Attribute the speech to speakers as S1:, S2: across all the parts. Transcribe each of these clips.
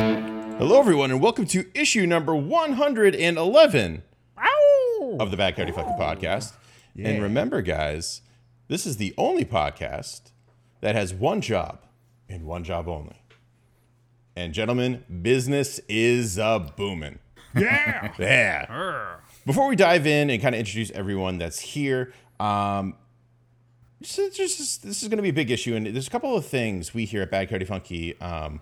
S1: Hello, everyone, and welcome to issue number 111 of the Bad Coyote Fucking Podcast. And remember, guys, this is the only podcast that has one job and one job only. And, gentlemen, business is a booming.
S2: Yeah.
S1: Yeah. Before we dive in and kind of introduce everyone that's here, um, so it's just- this is going to be a big issue, and there's a couple of things we here at Bad Cody Funky um,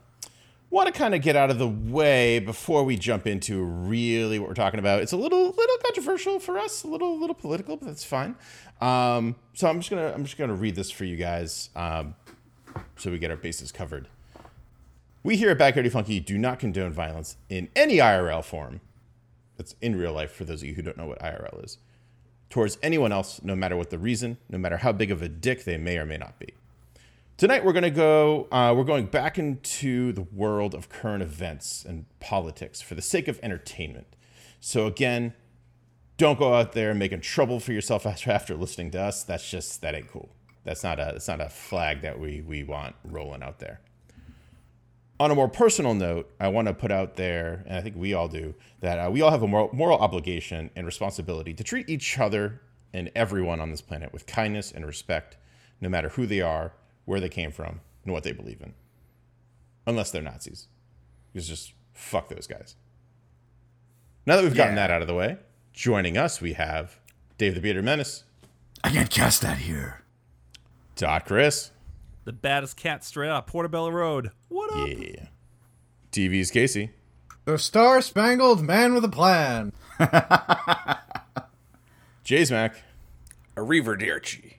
S1: want to kind of get out of the way before we jump into really what we're talking about. It's a little little controversial for us, a little little political, but that's fine. Um, so I'm just gonna I'm just gonna read this for you guys, um, so we get our bases covered. We here at Backyardy Funky do not condone violence in any IRL form. That's in real life for those of you who don't know what IRL is. Towards anyone else, no matter what the reason, no matter how big of a dick they may or may not be. Tonight we're gonna go. Uh, we're going back into the world of current events and politics for the sake of entertainment. So again, don't go out there making trouble for yourself after, after listening to us. That's just that ain't cool. That's not a that's not a flag that we we want rolling out there on a more personal note, I want to put out there, and I think we all do, that uh, we all have a moral, moral obligation and responsibility to treat each other and everyone on this planet with kindness and respect, no matter who they are, where they came from, and what they believe in. Unless they're Nazis. It's just fuck those guys. Now that we've gotten that out of the way, joining us, we have Dave the Beater Menace,
S2: I can't cast that here.
S1: Dot Chris,
S3: The baddest cat straight out of Portobello Road. What up?
S1: yeah, DV's Casey,
S4: The Star Spangled Man with a Plan.
S1: Jay's Mac.
S5: a Reverdirci.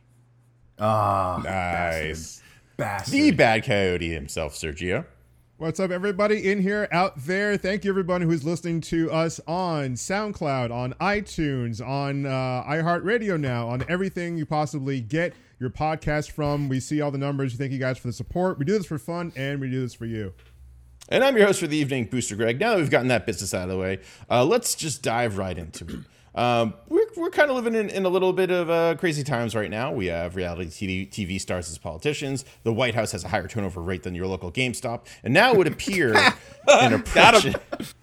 S1: Nice.
S4: Bastard.
S1: The bad coyote himself, Sergio.
S2: What's up, everybody in here, out there? Thank you, everyone who's listening to us on SoundCloud, on iTunes, on uh, iHeartRadio now, on everything you possibly get your podcast from. We see all the numbers. Thank you guys for the support. We do this for fun, and we do this for you.
S1: And I'm your host for the evening, Booster Greg. Now that we've gotten that business out of the way, uh, let's just dive right into it. Um, we're we're kind of living in, in a little bit of uh, crazy times right now. We have reality TV, TV stars as politicians. The White House has a higher turnover rate than your local GameStop. And now it would appear an oppression.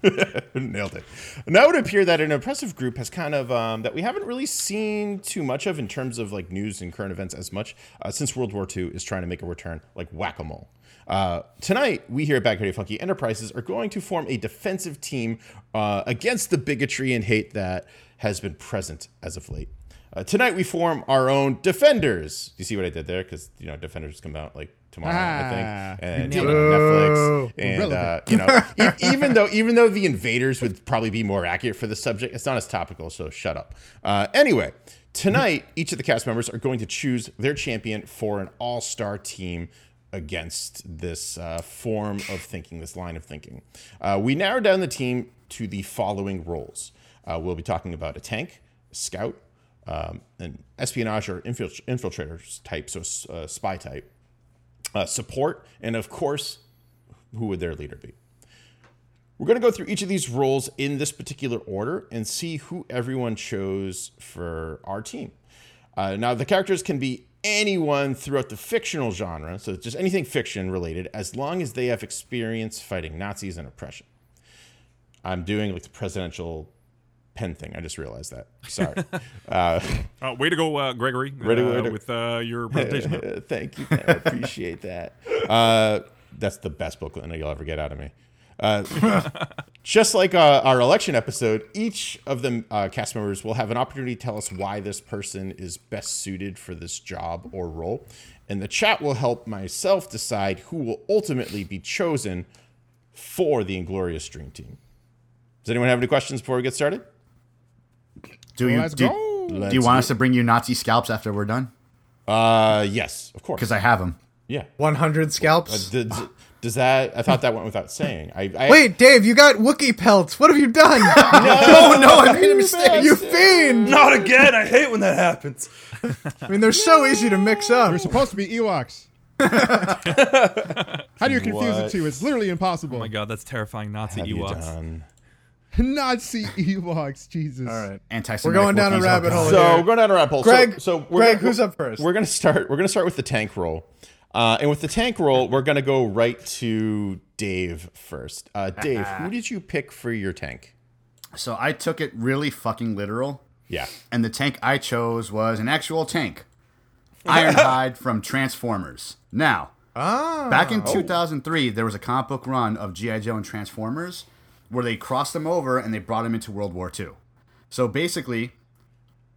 S1: Nailed it. Now it would appear that an oppressive group has kind of um, that we haven't really seen too much of in terms of like news and current events as much uh, since World War II is trying to make a return like whack a mole. Uh, tonight, we here at Backyard Funky Enterprises are going to form a defensive team uh, against the bigotry and hate that has been present as of late. Uh, tonight, we form our own defenders. You see what I did there? Because you know, defenders come out like tomorrow, I
S2: Ah,
S1: think, and
S2: you
S1: on
S2: nailed it.
S1: Netflix.
S2: Boo.
S1: And uh,
S2: Relevant.
S1: you know, e- even though even though the invaders would probably be more accurate for the subject, it's not as topical. So shut up. Uh, anyway. Tonight, each of the cast members are going to choose their champion for an all-star team against this uh, form of thinking, this line of thinking. Uh, we narrow down the team to the following roles. Uh, we'll be talking about a tank, a scout, um, an espionage or infilt- infiltrator type, so s- uh, spy type, uh, support, and of course, who would their leader be? We're going to go through each of these roles in this particular order and see who everyone chose for our team. Uh, now, the characters can be anyone throughout the fictional genre, so just anything fiction related, as long as they have experience fighting Nazis and oppression. I'm doing like the presidential pen thing. I just realized that. Sorry.
S3: Uh, way to go, uh, Gregory,
S1: to-
S3: uh,
S1: way to-
S3: with uh, your presentation.
S1: Uh, Thank you. man. I appreciate that. Uh, that's the best booklet you'll ever get out of me. Uh, just like uh, our election episode, each of the uh, cast members will have an opportunity to tell us why this person is best suited for this job or role. And the chat will help myself decide who will ultimately be chosen for the Inglorious Dream Team. Does anyone have any questions before we get started?
S6: Do you
S2: Let's
S6: do,
S2: go.
S6: do
S1: Let's
S6: you
S1: go.
S6: want us to bring you Nazi scalps after we're done?
S1: Uh, yes, of course.
S6: Because I have them.
S1: Yeah.
S4: 100
S1: Does,
S4: scalps.
S1: does that? I thought that went without saying. I, I
S4: Wait, Dave, you got Wookiee pelts. What have you done?
S6: Oh no, I made a mistake.
S4: you fiend!
S5: Not again! I hate when that happens.
S4: I mean, they're so easy to mix up.
S2: They're supposed to be Ewoks. How do you confuse the
S1: What?
S2: two? It's literally impossible.
S3: Oh my god, that's terrifying Nazi
S1: have you
S3: Ewoks.
S1: done?
S2: Nazi Ewoks, Jesus.
S4: All right.
S6: Anti-Semitic.
S4: We're going down a
S6: Wookiees, oh,
S4: rabbit
S6: God.
S4: hole.
S1: So
S4: here.
S1: we're going down a rabbit hole. So-
S4: Greg,
S1: so, we're
S4: Greg,
S1: gonna-
S4: who's up first?
S1: We're gonna start. We're gonna start with the tank roll. Uh, and with the tank roll, we're gonna go right to Dave first. Uh, Dave, who did you pick for your tank?
S6: So I took it really fucking literal,
S1: Yeah.
S6: and the tank I chose was an actual tank, Ironhide from Transformers. Now, back in 2003, there was a comic book run of GI Joe and Transformers where they crossed them over and they brought them into World War II. So basically,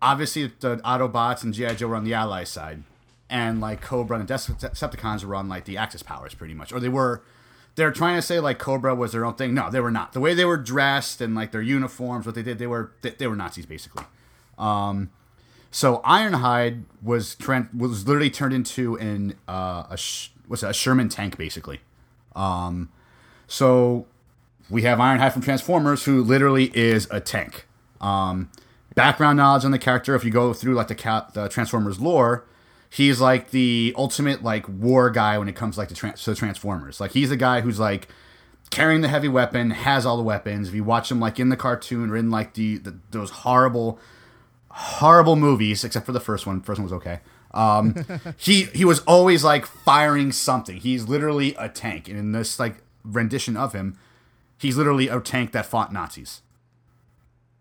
S6: obviously the Autobots and GI Joe were on the Ally side, and like Cobra and Decepticons were on like the Axis powers, pretty much, or they were. They're trying to say like Cobra was their own thing. No, they were not. The way they were dressed and like their uniforms, what they did, they were they, they were Nazis basically. Um, so Ironhide was tran was literally turned into an uh, a sh- what's that, a Sherman tank basically. Um, so we have Ironhide from Transformers, who literally is a tank. Um, background knowledge on the character, if you go through like the, ca- the Transformers lore, he's like the ultimate like war guy when it comes like to, trans- to Transformers. Like he's the guy who's like carrying the heavy weapon, has all the weapons. If you watch him like in the cartoon or in like the, the those horrible horrible movies, except for the first one. First one was okay. Um, he he was always like firing something. He's literally a tank, and in this like rendition of him, he's literally a tank that fought Nazis.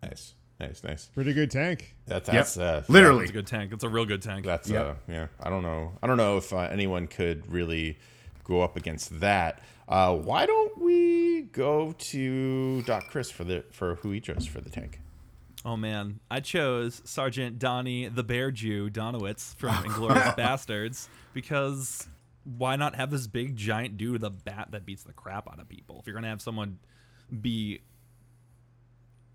S1: Nice, nice, nice.
S2: Pretty good tank.
S1: That, that's
S6: Yep.
S1: uh,
S6: literally.
S3: It's a good tank. It's a real good tank.
S1: That's
S6: Yep.
S1: uh, yeah. I don't know. I don't know if uh, anyone could really go up against that. Uh, why don't we go to Doc Chris for the for who he chose for the tank?
S3: Oh man, I chose Sergeant Donnie the Bear Jew Donowitz from Inglorious Bastards because why not have this big giant dude with a bat that beats the crap out of people? If you're gonna have someone be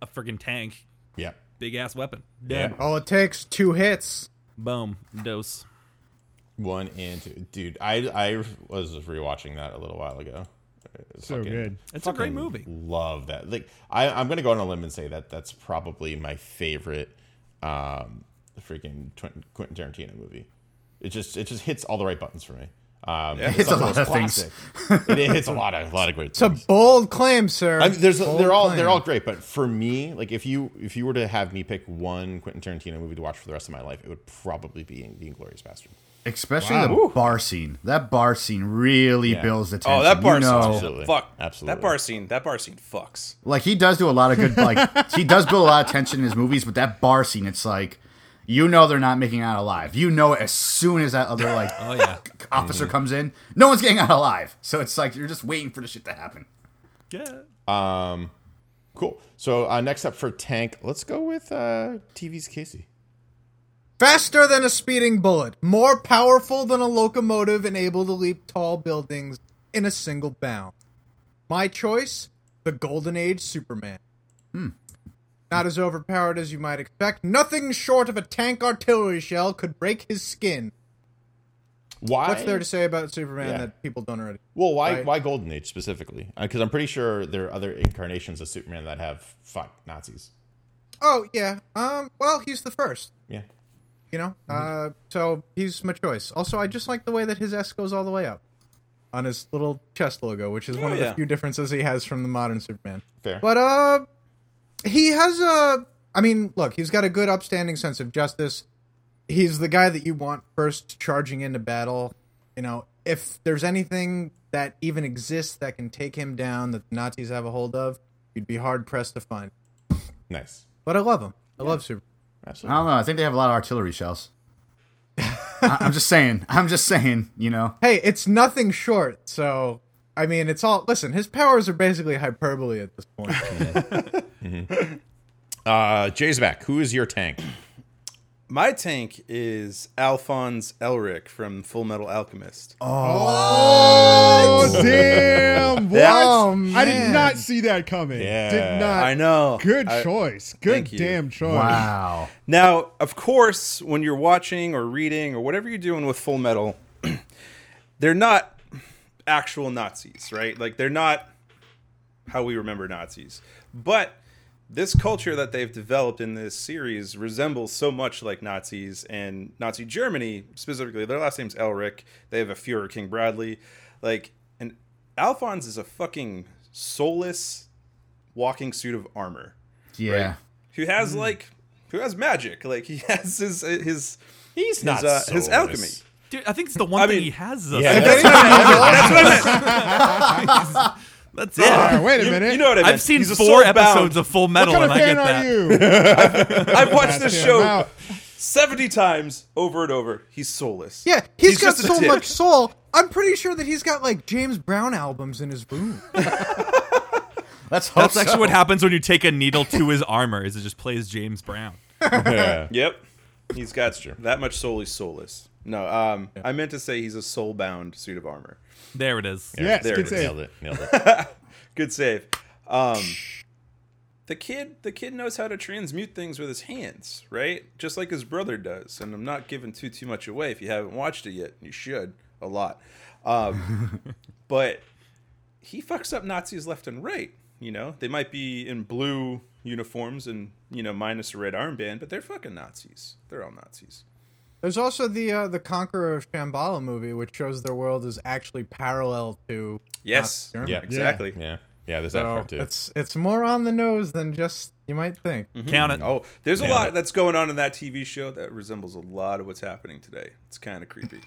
S3: a freaking tank,
S1: Yeah.
S3: big ass weapon,
S1: Yeah.
S3: dead,
S4: All it takes two hits.
S3: boom, dose.
S1: One and two. Dude, I I was rewatching that a little while ago.
S2: So good.
S3: It's a great
S1: fucking
S3: movie.
S1: Love that. Like I, I'm gonna go on a limb and say that that's probably my favorite, um, freaking Twin, Quentin Tarantino movie. It just it just hits all the right buttons for me. Um,
S6: hits
S1: it's
S6: a
S1: also
S6: lot
S1: a
S6: of things.
S1: classic. it, it hits a lot of a lot of great.
S4: It's a
S1: things.
S4: bold claim, sir.
S1: I mean, there's
S4: Bold
S1: they're all
S4: claim.
S1: they're all great, but for me, like if you if you were to have me pick one Quentin Tarantino movie to watch for the rest of my life, it would probably be The Inglorious Bastard.
S6: Especially the bar scene. That bar scene really builds the tension.
S5: Oh, that bar
S6: you know,
S5: scene.
S1: Absolutely.
S5: Fuck.
S1: Absolutely.
S5: That bar scene. That bar scene fucks.
S6: like he does do a lot of good. Like he does build a lot of tension in his movies, but that bar scene, it's like. You know they're not making out alive. You know as soon as that other like
S3: Oh yeah,
S6: officer comes in, no one's getting out alive. So it's like you're just waiting for the shit to happen.
S3: yeah.
S1: Um, Cool. So uh, next up for Tank, let's go with uh, TV's Casey.
S4: Faster than a speeding bullet, more powerful than a locomotive, and able to leap tall buildings in a single bound. My choice: the Golden Age Superman. Hmm. Not as overpowered as you might expect. Nothing short of a tank artillery shell could break his skin.
S1: Why?
S4: What's there to say about Superman
S1: Yeah.
S4: that people don't already?
S1: Well, why
S4: Right.
S1: why Golden Age specifically? Because I'm pretty sure there are other incarnations of Superman that have fought Nazis.
S4: Oh yeah. Um. Well, he's the first.
S1: Yeah.
S4: You know. Uh. So he's my choice. Also, I just like the way that his S goes all the way up on his little chest logo, which is one
S5: Oh,
S4: of
S5: yeah.
S4: the few differences he has from the modern Superman.
S1: Fair.
S4: But uh, he has a. I mean, look, he's got a good, upstanding sense of justice. He's the guy that you want first charging into battle. You know, if there's anything that even exists that can take him down that the Nazis have a hold of, you'd be hard pressed to find.
S1: nice.
S4: But I love him. I love Superman.
S6: I
S1: Absolutely.
S6: don't know. I think they have a lot of artillery shells. I- I'm just saying. I'm just saying. You know.
S4: Hey, it's nothing short. So, I mean, it's all. Listen, his powers are basically hyperbole at this point.
S1: Uh, Jay's back. Who is your Tank?
S5: My tank is Alphonse Elric from Full Metal Alchemist.
S2: Oh damn! What?
S4: Oh,
S2: I did
S4: man.
S2: not see that coming.
S1: Yeah.
S2: Did not.
S5: I know.
S2: Good
S5: I-
S2: choice. Good
S5: Thank you.
S2: damn choice.
S6: Wow.
S5: Now, of course, when you're watching or reading or whatever you're doing with Full Metal, they're not actual Nazis, right? Like they're not how we remember Nazis. But this culture that they've developed in this series resembles so much like Nazis and Nazi Germany specifically. Their last name's Elric. They have a Fuhrer King Bradley. Like and Alphonse is a fucking soulless walking suit of armor
S6: Yeah.
S5: who has
S4: Hmm.
S5: like who has magic like he has his his
S1: He's
S5: his, uh, his alchemy
S3: Dude, I think it's the one
S5: I
S3: thing
S5: mean-
S3: he has. Is a
S1: Yeah,
S3: sword.
S1: that's-
S5: That's what I meant.
S3: That's
S2: Ah,
S3: it.
S2: wait a
S5: You-
S2: minute.
S5: You, know what I mean?
S3: I've seen four episodes of Full
S2: what
S3: Metal,
S2: kind of
S3: and I get
S2: fan are
S3: that.
S2: you?
S5: I've watched this
S2: Damn,
S5: show
S2: I'm out.
S5: 70 times over and over. He's soulless.
S4: Yeah, he's got
S5: just a
S4: so
S5: dick.
S4: much soul. I'm pretty sure that he's got like James Brown albums in his room.
S6: Let's hope
S3: That's
S6: so.
S3: actually what happens when you take a needle to his armor. Is it just plays James Brown?
S1: Yeah.
S5: Yep. He's got that much soul. He's soulless. No, um, I meant to say he's a soul bound suit of armor.
S3: There it is.
S2: Yes,
S5: There
S2: good
S5: it is.
S2: save.
S1: Nailed it. Nailed it.
S5: Good save. Um, the kid, the kid knows how to transmute things with his hands, right? Just like his brother does. And I'm not giving too too much away if you haven't watched it yet. You should a lot. Um, but he fucks up Nazis left and right. You know, they might be in blue uniforms and you know minus a red armband, but they're fucking Nazis. They're all Nazis.
S4: There's also the uh, the Conqueror of Shambhala movie, which shows their world is actually parallel to
S5: Yes.
S4: Nazi
S1: Yeah.
S4: Germany.
S5: Exactly.
S1: Yeah. Yeah. There's that
S4: So
S1: part too.
S4: it's it's more on the nose than just you might think.
S3: Count it.
S5: Oh, there's a
S1: Yeah.
S5: lot that's going on in that TV show that resembles a lot of what's happening today. It's kind of creepy.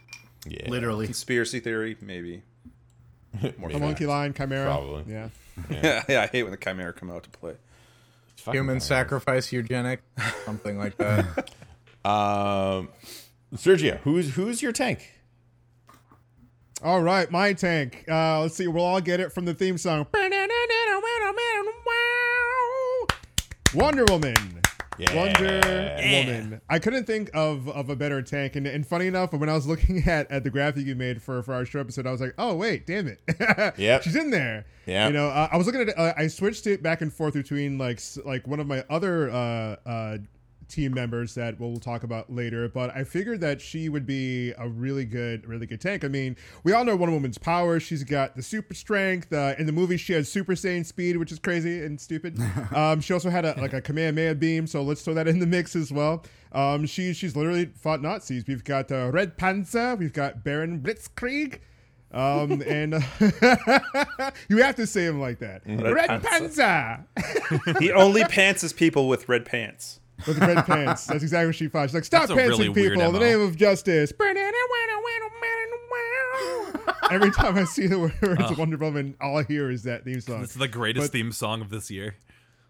S1: Yeah.
S6: Literally.
S5: Conspiracy theory, maybe. More
S2: The monkey line, chimera.
S1: Probably.
S2: Yeah.
S5: yeah, yeah, I hate when the chimera come out to play.
S1: It's fucking
S4: Human
S1: fine.
S4: sacrifice eugenic, something like that.
S1: Um, Sergio, who's who's your tank?
S2: All right, my tank. Uh, let's see. We'll all get it from the theme song. Wonder Woman.
S1: Yeah.
S2: Wonder Woman. I couldn't think of, of a better tank. And, and funny enough, when I was looking at, at the graphic you made for, for our show episode, I was like, oh, wait, damn it.
S1: Yep.
S2: She's in there.
S1: Yep.
S2: You know, uh, I was looking at it. Uh, I switched it back and forth between like s- like one of my other uh, uh, team members that we'll talk about later. But I figured that she would be a really good, really good tank. I mean, we all know Wonder Woman's power. She's got the super strength. Uh, in the movie, she has Super Saiyan speed, which is crazy and stupid. um, she also had a, like a Kamehameha beam. So let's throw that in the mix as well. Um, she she's literally fought Nazis. We've got uh, Red Panzer. We've got Baron Blitzkrieg. Um, and you have to say him like that.
S3: Mm-hmm.
S2: Red Panzer
S5: He only pants his people with red pants.
S2: with the red pants. That's exactly what she fought. She's like, stop
S3: That's a really
S2: pantsing
S3: weird
S2: people in the
S3: MO.
S2: name of justice. Every time I see the words of Wonder Woman, all I hear is that theme song.
S3: This is the greatest
S2: But-
S3: theme song of this year.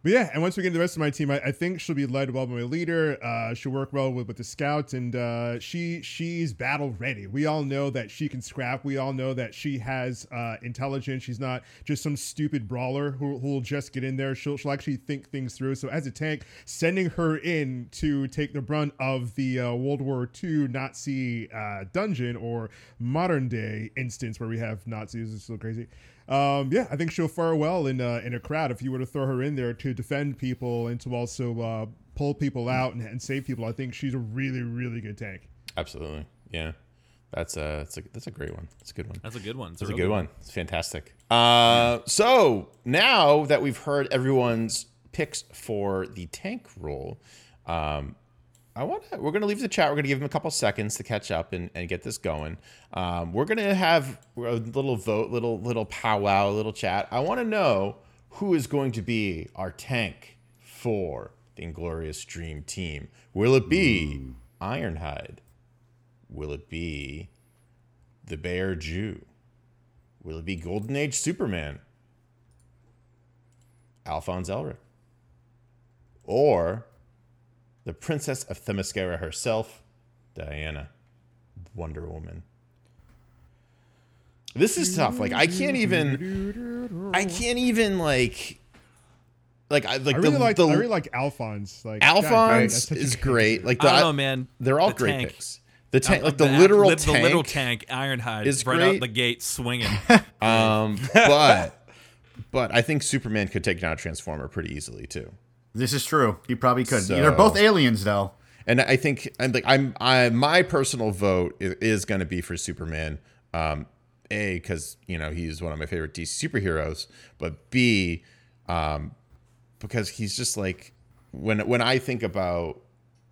S2: But yeah, and once we get into the rest of my team, I, I think she'll be led well by my leader. Uh, she'll work well with, with the scouts, and uh, she she's battle ready. We all know that she can scrap. We all know that she has uh, intelligence. She's not just some stupid brawler who who will just get in there. She'll she'll actually think things through. So as a tank, sending her in to take the brunt of the uh, World War II Nazi uh, dungeon or modern day instance where we have Nazis is so crazy. Um, yeah, I think she'll fare well in a, in a crowd if you were to throw her in there to defend people and to also uh, pull people out and, and save people. I think she's a really, really good tank.
S1: Absolutely. Yeah. That's a that's a that's a great one. That's a good one.
S3: That's a good one. It's
S1: That's a
S3: real
S1: good one. It's fantastic. Uh, so now that we've heard everyone's picks for the tank role, um, I want to. We're going to leave the chat. We're going to give them a couple seconds to catch up and, and get this going. Um, we're going to have a little vote, little little powwow, little chat. I want to know who is going to be our tank for the Inglorious Dream Team. Will it be Ironhide? Will it be the Bear Jew? Will it be Golden Age Superman? Alphonse Elric? Or the Princess of Themyscira herself, Diana, Wonder Woman? This is tough. Like I can't even I can't even like like I like
S2: I really
S1: the,
S2: like
S1: the
S2: I really like Alphonse. Like God, that's
S1: Alphonse
S2: such a
S1: is
S2: good-
S1: great. Like the,
S3: I don't know, man.
S1: Uh, They're all
S3: The
S1: great
S3: tank.
S1: picks. The tank,
S3: one.
S1: like the,
S3: act-
S1: literal
S3: lit-
S1: tank,
S3: the little tank, Ironhide,
S1: is
S3: right
S1: great.
S3: out the gate swinging.
S1: Um, but but I think Superman could take down a Transformer pretty easily too.
S6: This is true. He probably could.
S1: So-
S6: They're both aliens, though.
S1: And I think I'm like I'm I my personal vote is, is going to be for Superman. Um, a because you know he's one of my favorite DC superheroes, but B, um, because he's just like when when I think about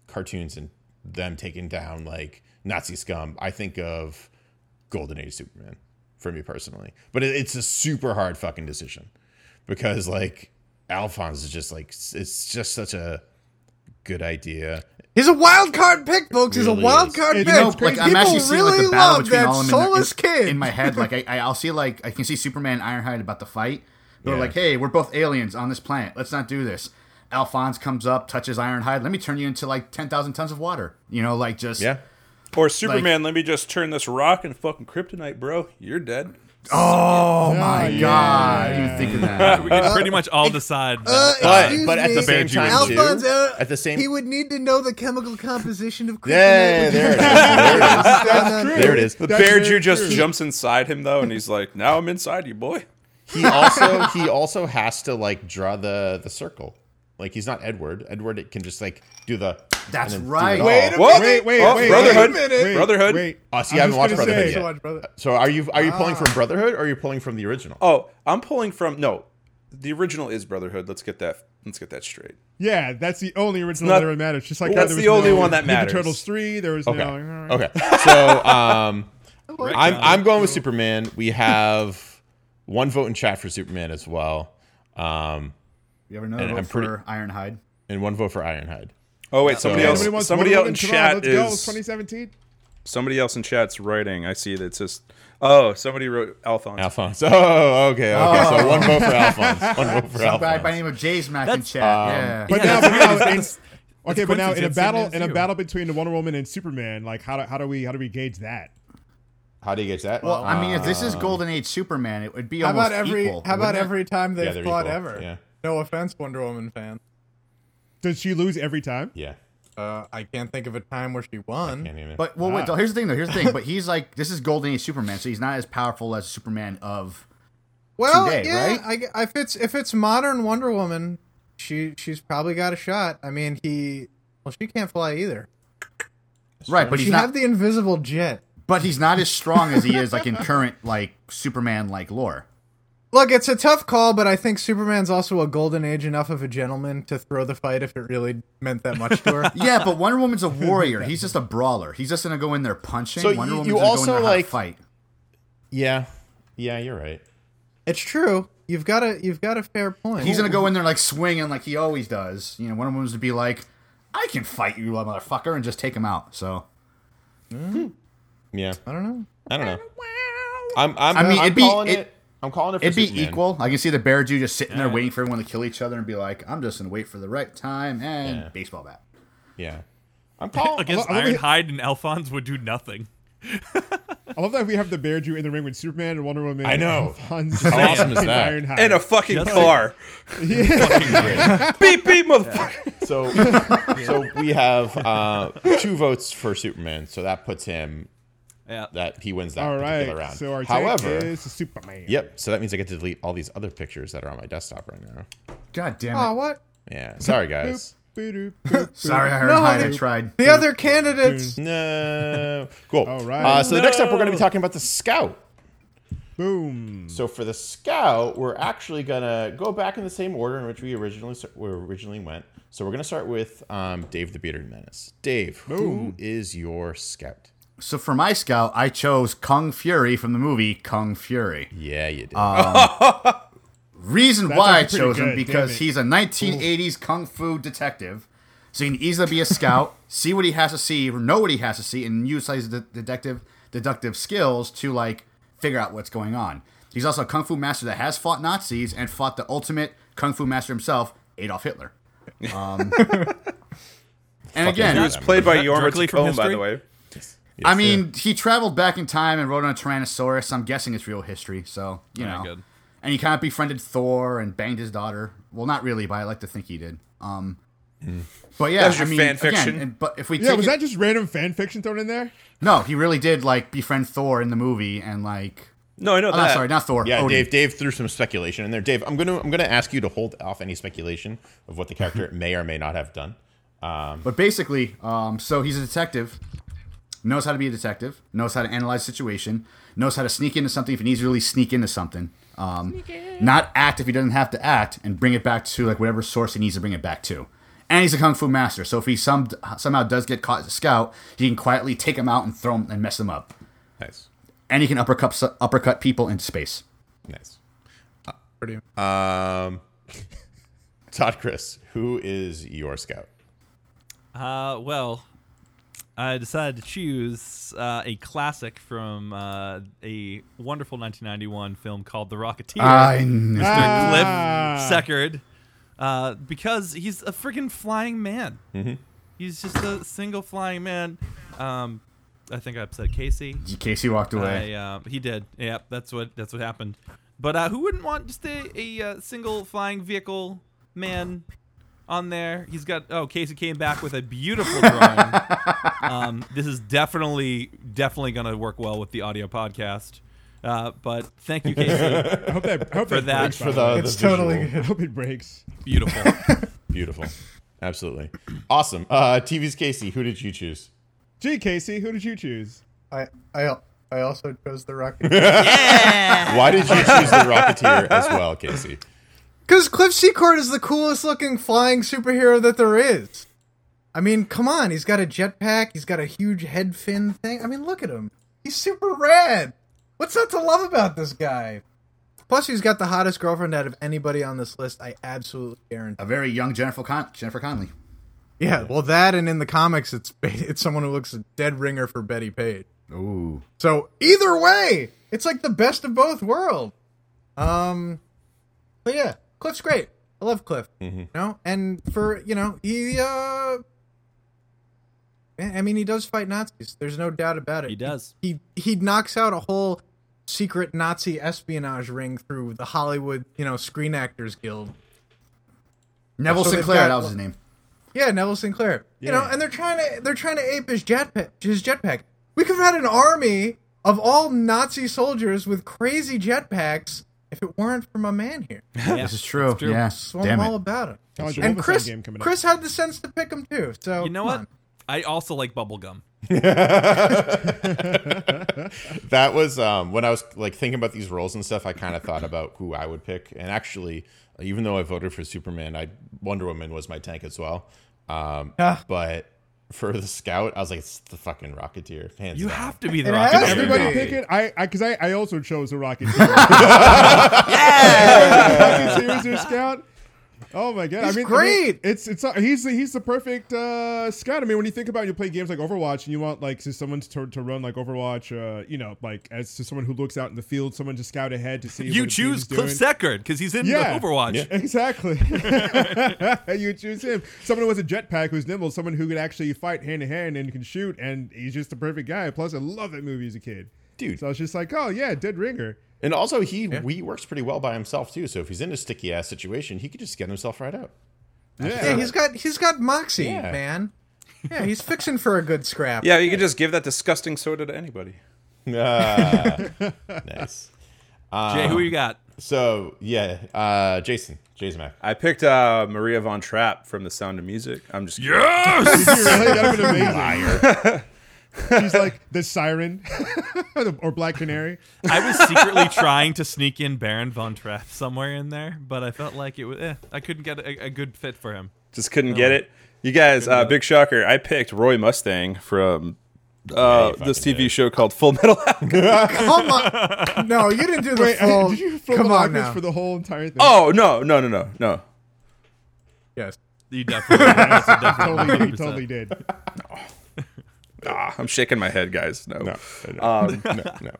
S1: cartoons and them taking down like Nazi scum, I think of Golden Age Superman for me personally. But it, it's a super hard fucking decision because like Alphonse is just like it's just such a good idea.
S4: He's a wild card pick, folks. He's
S1: really
S4: a wild
S1: is.
S4: card
S2: It's
S4: pick.
S2: no,
S6: like I'm
S4: People
S6: actually seeing like
S4: really
S6: the battle
S4: love
S6: between
S4: that
S6: all of them in-
S4: soulless
S6: in,
S4: kid.
S6: in my head. Like I, I, I'll see like I can see Superman, Ironhide about the fight. They're
S1: Yeah.
S6: like, hey, we're both aliens on this planet. Let's not do this. Alphonse comes up, touches Ironhide. Let me turn you into like ten thousand tons of water. You know, like just
S1: Yeah.
S5: Or Superman, let me just turn this rock and fucking kryptonite, bro. You're dead.
S6: Oh my god! I didn't even think of that.
S3: We
S1: Uh,
S3: can pretty much all decide.
S4: Uh,
S3: that-
S1: But
S4: excuse
S1: but at
S4: me,
S1: the same
S3: Bear
S1: time
S3: Jew.
S1: too,
S4: Alphonse, uh,
S1: at the same
S4: he would need to know the chemical composition of kryptonite.
S1: yeah, there it is. There it is. There it is.
S5: The
S2: That's
S5: bear
S2: very
S5: Jew just
S2: true.
S5: jumps inside him though, and he's like, "Now I'm inside you, boy."
S1: He also he also has to like draw the the circle. Like he's not Edward. Edward it can just like do the. and
S6: That's
S1: then do it
S6: right.
S1: all.
S6: Wait
S5: What?
S2: Wait, wait,
S5: Oh,
S2: wait.
S5: Brotherhood.
S2: wait,
S4: minute.
S2: wait,
S5: Brotherhood.
S2: Wait.
S1: Oh, see,
S2: I'm
S1: I haven't
S2: just
S1: watched
S2: gonna
S1: Brotherhood
S2: say-
S1: yet.
S4: So much, brother.
S1: So are you are you pulling from Brotherhood or are you pulling from the original?
S5: Oh, I'm pulling from no. The original is Brotherhood. Let's get that. Let's get that straight.
S2: Yeah, that's the only original
S5: not-
S2: that ever matters. Just like
S5: That's
S2: how there
S5: the
S2: was
S5: only
S2: no
S5: one that
S2: Ninja
S5: matters.
S2: Turtles three. There was
S1: Okay.
S2: no. uh, all right.
S1: Okay. So um,
S4: like
S1: I'm I'm going with Superman. We have one vote in chat for Superman as well, um,
S6: You ever know
S1: And I'm
S6: vote
S1: pretty-
S6: for Ironhide?
S1: and one vote for Ironhide.
S5: Oh wait, somebody
S1: Yeah,
S5: else.
S2: Nobody wants
S5: Somebody
S2: Wonder
S5: else
S2: Woman.
S5: in
S2: Come on,
S5: chat
S2: let's
S5: is
S2: go. It's 2017.
S5: somebody else in chat's writing. I see that's just. Oh, somebody wrote Alphonse.
S1: Alphonse. Oh, okay, okay. So one vote for Alphonse. One vote for
S6: Some guy by the
S1: Alphonse.
S6: name of Jay's Mac in
S3: That's-
S6: chat.
S1: Um,
S6: yeah.
S2: But
S3: Yeah,
S2: now, but
S3: that's-
S2: now in,
S3: that's-
S2: okay, but now in a
S3: coincidence. It's
S2: battle
S3: same
S2: in
S3: as
S2: a
S3: you.
S2: battle between the Wonder Woman and Superman, like how do how do we how do we gauge that?
S1: How do you get that?
S6: well, I mean, if this is
S1: um,
S6: Golden Age Superman, it would be
S4: How
S6: almost
S4: about every?
S6: equal.
S4: how about
S6: wouldn't it?
S4: every time
S1: Yeah,
S4: they've
S1: they're
S4: fought
S1: equal.
S4: ever?
S1: Yeah.
S4: No offense, Wonder Woman fan.
S2: Does she lose every time?
S1: yeah.
S4: Uh, I can't think of a time where she won.
S1: Can't even-
S6: But well,
S2: Ah.
S6: wait. though, Here's the thing, though. Here's the thing. But he's like, this is Golden Age Superman, so he's not as powerful as Superman of.
S4: Well,
S6: today,
S4: yeah,
S6: right?
S4: I g if it's if it's modern Wonder Woman, she she's probably got a shot. I mean, he well, she can't fly either.
S6: Right, but
S4: She
S6: he's not.
S4: had the invisible jet.
S6: but he's not as strong as he is like in current like Superman like lore.
S4: Look, it's a tough call, but I think Superman's also a golden age enough of a gentleman to throw the fight if it really meant that much to her.
S6: Yeah, but Wonder Woman's a warrior. He's just a brawler. He's just gonna go in there punching.
S1: So
S6: Wonder
S1: you-
S6: Woman's
S1: you
S6: gonna
S1: also,
S6: go in there
S1: like-
S6: how to fight.
S1: yeah, yeah, you're right.
S4: it's true. You've got a you've got a fair point.
S6: He's gonna go in there like swinging like he always does. You know, Wonder Woman's to be like, I can fight you, little motherfucker, and just take him out. So
S1: Yeah,
S4: I don't know.
S1: I don't know. I'm I'm,
S6: I mean,
S1: I'm
S6: it'd be-
S1: calling
S6: it-
S1: it, I'm calling it. For
S6: it'd be
S1: Superman.
S6: equal. I can see the bear Jew just sitting there waiting for everyone to kill each other and be like, I'm just gonna wait for the right time and
S1: Yeah.
S6: baseball bat.
S1: Yeah. I'm calling.
S3: Against
S2: I'm gonna-
S3: Ironhide and Alphonse would do nothing.
S2: I love that we have the Bear Jew in the ring with Superman and Wonder Woman.
S1: I know.
S2: Hans
S1: How awesome is that?
S2: Ironhide.
S5: and a fucking
S3: Just like-
S5: car. beep beep, motherfucker.
S1: So, so we have uh, two votes for Superman, so that puts him
S3: Yeah.
S1: that he wins that
S2: all
S1: particular
S2: right.
S1: round.
S2: So our
S1: However,
S2: take is Superman.
S1: yep. So that means I get to delete all these other pictures that are on my desktop right now.
S6: God damn it.
S4: Oh, what?
S1: Yeah. Sorry,
S2: Boop,
S1: guys.
S2: boop, boop, boop.
S6: Sorry, I heard
S4: No,
S6: hide,
S4: they-
S6: I tried.
S4: The other candidates.
S1: No. Cool.
S2: All right.
S1: Uh, so next up, we're going to be talking about the Scout.
S2: Boom.
S1: So for the Scout, we're actually going to go back in the same order in which we originally we originally went. So we're going to start with um, Dave the Bearded Menace. Dave, who is your Scout?
S6: So for my scout, I chose Kung Fury from the movie Kung Fury.
S1: Yeah, you did.
S6: Reason
S2: That's
S6: why I
S2: actually
S6: chose
S2: pretty
S6: him
S2: good, damn
S6: because
S2: it.
S6: he's a 1980s kung fu detective, so he can easily be a scout, see what he has to see, or know what he has to see, and use his de- deductive deductive skills to like figure out what's going on. He's also a kung fu master that has fought Nazis and fought the ultimate kung fu master himself, Adolf Hitler. Um, and again,
S5: He was played by
S3: Is that
S5: Yorma
S3: directly from
S5: Tacone, by
S3: history?
S5: the way.
S6: I mean, he traveled back in time and rode on a Tyrannosaurus. I'm guessing it's real history, so you
S3: Alright,
S6: know.
S3: good.
S6: And he kind of befriended Thor and banged his daughter. Well, not really, but I like to think he did. Um, but yeah,
S5: That was your
S6: I mean,
S5: fan
S6: again,
S5: fiction?
S6: and- but if we
S2: Yeah,
S6: take
S2: was
S6: it-
S2: that just random fan fiction thrown in there?
S6: no, he really did like befriend Thor in the movie and like.
S5: No, I know
S6: Oh,
S5: that.
S6: no, sorry, not Thor.
S1: yeah,
S6: Odin.
S1: Dave. Dave threw some speculation in there. Dave, I'm gonna I'm gonna ask you to hold off any speculation of what the character may or may not have done.
S6: But basically, um, so he's a detective, knows how to be a detective, knows how to analyze situation, knows how to sneak into something if he needs to really sneak into something. Um, not act if he doesn't have to act, and bring it back to like whatever source he needs to bring it back to. And he's a kung fu master, so if he some, somehow does get caught as a scout, he can quietly take him out and throw him and mess him up.
S1: Nice,
S6: And he can uppercut uppercut people into space.
S1: nice.
S4: Pretty-
S1: Um, Todd, Chris, who is your scout?
S3: Uh, well, I decided to choose uh, a classic from uh, a wonderful 1991 film called The Rocketeer.
S6: kn-
S3: Mr.
S2: Ah.
S3: Cliff Seckard, uh, because he's a freaking flying man. He's just a single flying man. Um, I think I upset Casey.
S6: Casey walked away.
S3: I, uh, he did. Yep, that's what that's what happened. But uh, who wouldn't want just a, a uh, single flying vehicle man on there? He's got. Oh, Casey came back with a beautiful drawing. um, this is definitely definitely gonna work well with the audio podcast. Uh, but thank you, Casey.
S2: I hope that. I hope
S3: For
S2: that
S3: that-
S2: breaks, by
S1: for uh,
S2: way.
S1: the,
S4: It's
S1: the
S4: totally
S1: visual.
S2: I hope it breaks.
S3: Beautiful.
S1: beautiful, absolutely awesome. Uh, TV's Casey, who did you choose?
S2: Gee, Casey, who did you choose?
S4: I I I also chose the Rocketeer
S1: Why did you choose the Rocketeer as well, Casey?
S4: because Cliff Secord is the coolest looking flying superhero that there is. I mean, come on, he's got a jetpack, he's got a huge head fin thing. I mean, look at him, he's super rad. What's not to love about this guy? Plus, he's got the hottest girlfriend out of anybody on this list. I uh, absolutely guarantee.
S6: A very young Jennifer Con- Jennifer Conley.
S4: Yeah, well, that and in the comics, it's it's someone who looks a dead ringer for Betty Page.
S6: Ooh.
S4: So either way, it's like the best of both worlds. Um, but yeah, Cliff's great. I love Cliff. You know, and for you know he uh, I mean he does fight Nazis. There's no doubt about it.
S3: He does.
S4: He he knocks out a whole secret Nazi espionage ring through the Hollywood you know Screen Actors Guild.
S6: Neville
S4: So they've
S6: Sinclair.
S4: got-
S6: that was his name.
S4: Yeah, Neville Sinclair. You know, and they're trying to they're trying to ape his jetpack. His jetpack. We could have had an army of all Nazi soldiers with crazy jetpacks if it weren't for my man here.
S3: Yeah.
S6: This is true.
S3: true.
S6: Yeah.
S4: So
S6: Damn
S4: I'm all
S6: it.
S4: about him.
S2: Challenge
S4: And
S2: Wolfenstein
S4: Chris,
S2: game coming up.
S4: Chris had the sense to pick him too. So
S3: You know
S4: come
S3: what?
S4: on.
S3: I also like bubblegum.
S1: That was um, when I was like thinking about these roles and stuff. I kind of thought about who I would pick, and actually, even though I voted for Superman, I Wonder Woman was my tank as well. Um,
S4: Ah.
S1: But for the Scout, I was like, it's the fucking Rocketeer. Hands
S3: You
S1: down.
S3: have to be the
S4: It has
S3: Rocketeer.
S4: to be.
S2: Everybody
S4: Yeah.
S2: pick it. I, I, because I, I also chose the Rocket. yeah. Rocket Series your scout. Oh my god!
S4: He's
S2: I mean, I mean,
S4: great!
S2: it's it's uh, he's the, he's the perfect uh, scout. I mean, when you think about it, you play games like Overwatch, and you want like so someone to, to run like Overwatch. Uh, you know, like as to someone who looks out in the field, someone to scout ahead to see.
S3: You
S2: what the
S3: choose
S2: team's doing.
S3: Cliff Seckard because he's in
S2: Yeah.
S3: the Overwatch.
S1: Yeah.
S2: Exactly. you choose him. Someone who has a jetpack, who's nimble, someone who could actually fight hand to hand and can shoot, and he's just the perfect guy. Plus, I love that movie as a kid.
S1: Dude.
S2: So I was just like, oh, yeah, Dead Ringer.
S1: And also, he he works pretty well by himself too. So if he's in a sticky ass situation, he could just get himself right out.
S4: Yeah, he's got he's got moxie,
S1: Yeah.
S4: man. Yeah, he's fixing for a good scrap.
S5: Yeah, you could just give that disgusting soda to anybody.
S1: Ah, nice.
S3: Jay, who you got?
S1: So yeah, uh, Jason, Jason Mac.
S5: I picked uh, Maria von Trapp from The Sound of Music. I'm just kidding.
S3: Yes.
S2: You really? That'd have been amazing. She's like the siren or Black Canary.
S3: I was secretly trying to sneak in Baron von Trapp somewhere in there, but I felt like it was. Eh, I couldn't get a, a good fit for him.
S5: just couldn't get it. You guys, uh, big shocker. I picked Roy Mustang from uh,
S1: fucking
S5: this TV
S1: did.
S5: show called Full Metal.
S4: Come on. No, you didn't do the
S2: Wait,
S4: full.
S2: did you film
S4: Oh, come
S2: all
S4: on
S2: this
S4: now.
S2: for the whole entire thing?
S5: oh no, no, no, no, no.
S4: yes.
S3: You definitely, you definitely
S2: totally, did,
S3: 100%.
S2: totally did.
S5: Ah, I'm shaking my head, guys. No, no,
S1: no.
S5: um, no, no,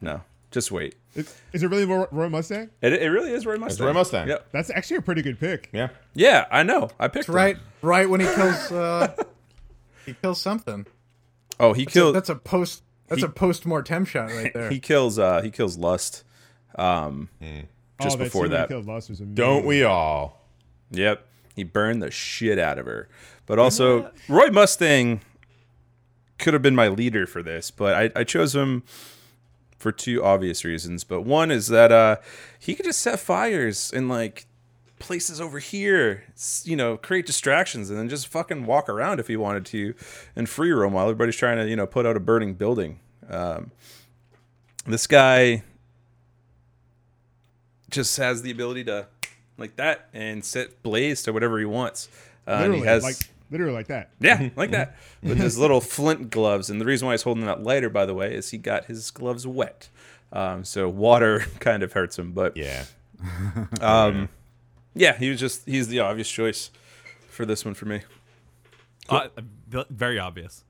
S5: no. Just wait.
S2: Is, is it really Roy, Roy Mustang?
S5: It, it really is Roy Mustang.
S1: Roy Mustang.
S5: Yep.
S2: That's actually a pretty good pick.
S1: Yeah.
S5: Yeah, I know. I picked him.
S4: Right, right when he kills, uh, he kills something.
S5: Oh, he killed.
S4: That's a post. That's
S5: He-
S4: a post mortem shot right there.
S5: he kills. Uh, he kills Lust. Um, just
S2: oh, that
S5: before
S2: scene when he
S5: that.
S2: Killed Lost was amazing.
S1: Don't we all?
S5: Yep. He burned the shit out of her. But also, Roy Mustang could have been my leader for this, but I, I chose him for two obvious reasons. But one is that uh, he could just set fires in like places over here, s- you know, create distractions and then just fucking walk around if he wanted to and free roam while everybody's trying to, you know, put out a burning building. Um, this guy just has the ability to like that and set blaze to whatever he wants. Uh, and
S2: Literally,
S5: he has,
S2: like, literally like that.
S5: yeah, like that. With his little flint gloves. And the reason why he's holding that lighter, by the way, is he got his gloves wet. Um, so water kind of hurts him. But um,
S1: Yeah.
S5: yeah, he was just, he's the obvious choice for this one for me.
S3: Uh, v- very obvious.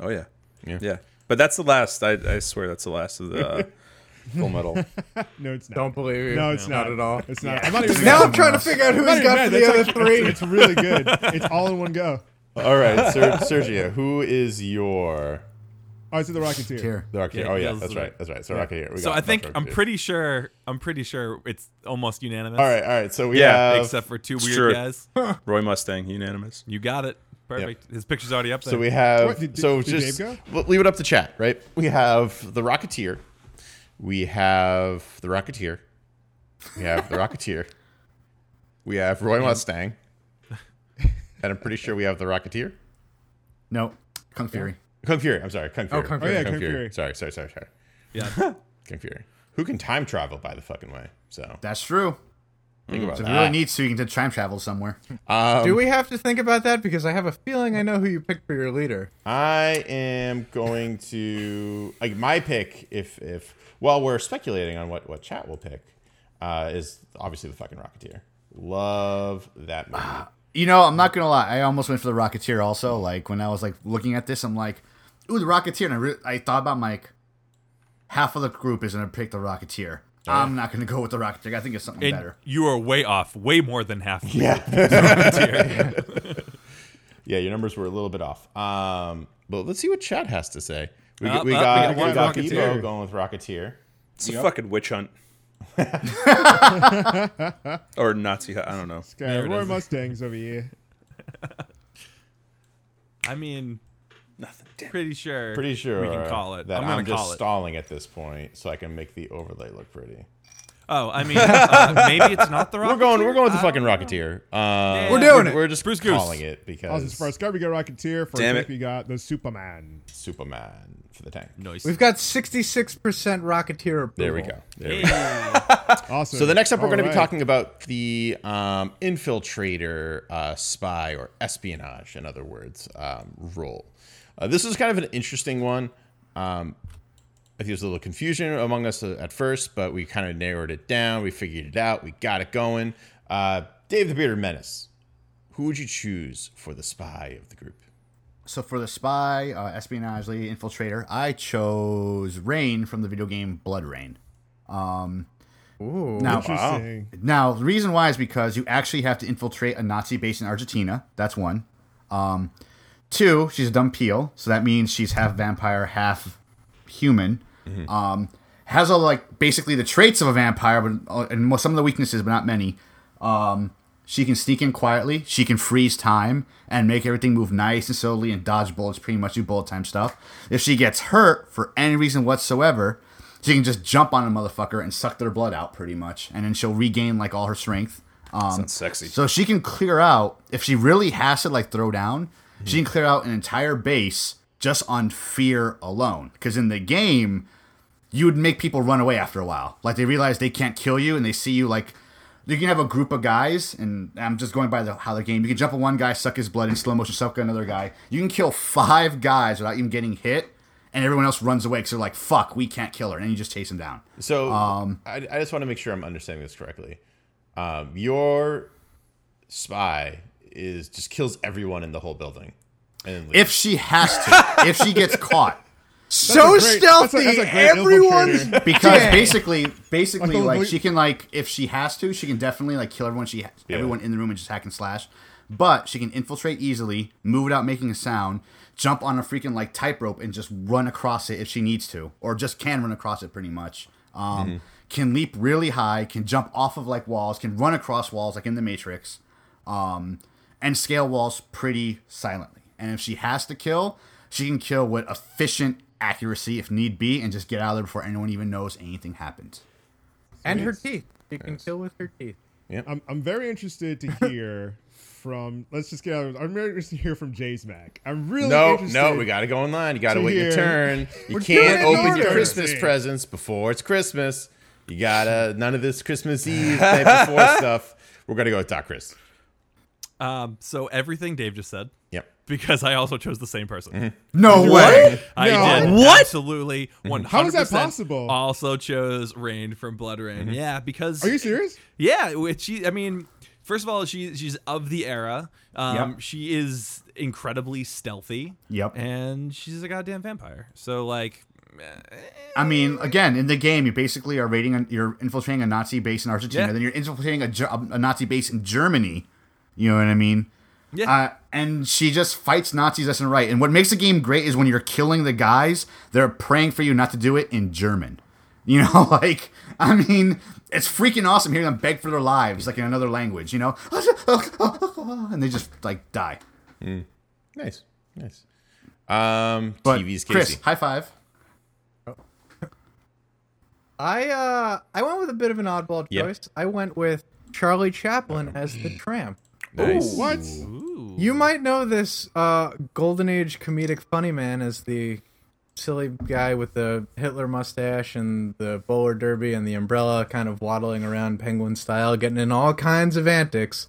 S5: Oh yeah. yeah, But that's the last. I, I swear that's the last of the uh, Full Metal.
S2: No, it's not.
S4: Don't believe you.
S2: no, it's not.
S4: at all.
S2: It's not. I'm not even
S4: Now
S2: mad.
S4: I'm trying to figure out who
S2: I'm
S4: he's got
S2: not
S4: for
S2: even
S4: the
S2: mad.
S4: other
S2: That's actually-
S4: three.
S2: It's really good. It's all in one go.
S1: All right, Ser- Sergio, who is your
S2: All right, so the Rocketeer.
S6: Here.
S1: the Rocketeer?
S3: Yeah,
S1: oh yeah,
S3: Gil's
S1: that's
S3: the-
S1: right, that's right. So Rocketeer. We
S3: So
S1: got
S3: I think
S1: Rocketeer.
S3: I'm pretty sure. I'm pretty sure it's almost unanimous.
S1: All right, uh, all right. So we
S5: Yeah,
S1: have
S3: except for two weird
S5: Sure.
S3: guys.
S5: Roy Mustang, unanimous.
S3: You got it. Perfect. His picture's already up there.
S1: So we have.
S2: What, did-
S1: so
S2: did- did
S1: just
S2: Dave
S1: l- leave it up to chat, right? We have the Rocketeer. We have the Rocketeer. We have the Rocketeer. We have Roy Mustang. And I'm pretty sure we have the Rocketeer.
S6: No. Kung Fury.
S1: Kung Fury. I'm sorry, Kung Fury.
S4: Kung
S2: Fury. Oh, yeah, Kung Fury.
S1: Sorry, sorry, sorry, sorry.
S3: yeah.
S1: Kung Fury. Who can time travel by the fucking way? So
S6: That's true.
S1: think about
S6: If
S1: that.
S6: you
S3: Ah.
S6: really need to, you can time travel somewhere.
S2: um,
S4: Do we have to think about that? Because I have a feeling I know who you picked for your leader.
S1: I am going to like my pick. If if well, we're speculating on what what chat will pick. Uh, is obviously the fucking Rocketeer. Love that movie.
S6: You know, I'm not gonna lie. I almost went for the Rocketeer. Also, like when I was like looking at this, I'm like, "Ooh, the Rocketeer." And I, re- I thought about like half of the group is gonna pick the Rocketeer. I'm not gonna go with the Rocketeer. I think it's something
S3: Oh, And
S6: better.
S3: you are way off. Way more than half. of it.
S1: yeah, yeah. Your numbers were a little bit off. Um, but let's see what chat has to say. We,
S3: Up,
S1: got we
S3: up,
S1: got
S3: we got
S1: we
S3: one
S1: got
S3: Rocketeer.
S1: Bebo going with Rocketeer.
S5: It's a fucking witch hunt. or Nazi hunt. I don't know.
S2: Okay,
S3: There it
S2: Roy
S3: is.
S2: Mustangs over here.
S3: I mean,
S5: Nothing. Damn.
S3: pretty sure.
S1: Pretty sure
S3: we can call it.
S1: That
S3: I'm gonna
S1: just
S3: call it.
S1: stalling at this point so I can make the overlay look pretty.
S3: Oh, I mean, uh, maybe it's not the Rocketeer.
S1: We're going. We're going with the
S3: I-
S1: fucking Rocketeer. Uh,
S3: We're
S4: doing
S1: we're,
S4: it.
S1: We're just
S3: Bruce Goose.
S1: calling it because
S2: Awesome Sparks. Got we got Rocketeer. For
S5: Damn
S2: Damn
S5: it.
S2: we got the Superman.
S1: Superman for the tank.
S3: Nice.
S4: We've got 66% Rocketeer approval.
S1: There we go. There we go.
S3: Hey.
S2: Awesome.
S1: So the next up, we're
S2: All
S1: going to
S2: right.
S1: be talking about the um, infiltrator, uh, spy, or espionage, in other words, um, role. Uh, this is kind of an interesting one. Um, I think there's a little confusion among us uh, at first, but we kind of narrowed it down. We figured it out. We got it going. Uh, Dave the Bearded Menace. Who would you choose for the spy of the group?
S6: So for the spy, uh, espionage lady, infiltrator, I chose Rain from the video game Blood Rain. Um, now,
S2: Interesting.
S6: Now, the reason why is because you actually have to infiltrate a Nazi base in Argentina. That's one. Um, two, she's a dumb peel, so that means she's half vampire, half human. Um, has all like basically the traits of a vampire, but uh, and mo- some of the weaknesses, but not many. Um, she can sneak in quietly. She can freeze time and make everything move nice and slowly and dodge bullets, pretty much do bullet time stuff. If she gets hurt for any reason whatsoever, she can just jump on a motherfucker and suck their blood out, pretty much, and then she'll regain like all her strength. Um,
S5: Sounds sexy.
S6: so she can clear out if she really has to like throw down. She
S5: Hmm.
S6: can clear out an entire base just on fear alone. Because in the game, you would make people run away after a while. Like they realize they can't kill you, and they see you like you can have a group of guys, and I'm just going by the, how the game. You can jump on one guy, suck his blood in slow motion, suck another guy. You can kill five guys without even getting hit, and everyone else runs away because they're like, "Fuck, we can't kill her," and then you just chase them down.
S1: So
S2: Um,
S1: I, I just want to make sure I'm understanding this correctly. Um, your spy is just kills everyone in the whole building. And then
S6: If she has to, if she gets caught.
S4: So
S2: That's a great- that's a-
S4: stealthy.
S2: that's a great
S4: Everyone's
S2: infiltrator.
S6: because
S4: dead.
S6: basically, basically,
S2: thought we-
S6: like she can like if she has to, she can definitely like kill everyone she ha- everyone in the room and just hack and slash. But she can infiltrate easily, move without making a sound, jump on a freaking like tight rope and just run across it if she needs to, or just can run across it pretty much. Um, Can leap really high, can jump off of like walls, can run across walls like in the Matrix, um, and scale walls pretty silently. And if she has to kill, she can kill with efficient accuracy if need be, and just get out of there before anyone even knows anything happened.
S4: And her teeth. You can kill with her teeth.
S2: I'm, I'm very interested to hear from. Let's just get out of I'm very interested to hear from Jay's Mac. I'm really
S1: no,
S2: interested.
S1: no, we got to go online. You got to
S2: to
S1: wait your
S2: hear-
S1: turn. You
S2: We're
S1: can't
S2: doing it
S1: open your
S2: order.
S1: Christmas presents before it's Christmas. You gotta none of this Christmas Eve night before stuff. We're gonna go with Doc Chris.
S3: Um, so everything Dave just said,
S1: Yep.
S3: because I also chose the same person.
S1: Mm-hmm.
S6: No way.
S3: I
S2: No.
S3: did what? absolutely one hundred.
S2: How is that possible?
S4: Mm-hmm.
S3: Also chose Rain from Blood Rain. Yeah, because
S2: Are you serious?
S3: yeah, which she, I mean, First of all, she she's of the era. Um, She is incredibly stealthy.
S6: Yep.
S3: And she's a goddamn vampire. So like,
S6: I mean, again, in the game, you basically are raiding, an, you're infiltrating a Nazi base in Argentina,
S3: Yeah.
S6: then you're infiltrating a, Ge- a Nazi base in Germany. You know what I mean?
S3: Yeah.
S6: Uh, and she just fights Nazis left and right. And what makes the game great is when you're killing the guys, they're praying for you not to do it in German. You know, like, I mean, it's freaking awesome hearing them beg for their lives, like in another language, you know? and they just, like, die.
S1: Nice, nice. Um,
S6: But,
S1: TV's Casey.
S6: Chris, high five.
S4: I uh I went with a bit of an oddball
S1: Yeah.
S4: choice. I went with Charlie Chaplin as the tramp.
S1: nice.
S2: What?
S3: ooh,
S4: You might know this uh golden age comedic funny man as the silly guy with the Hitler mustache and the bowler derby and the umbrella kind of waddling around penguin style getting in all kinds of antics.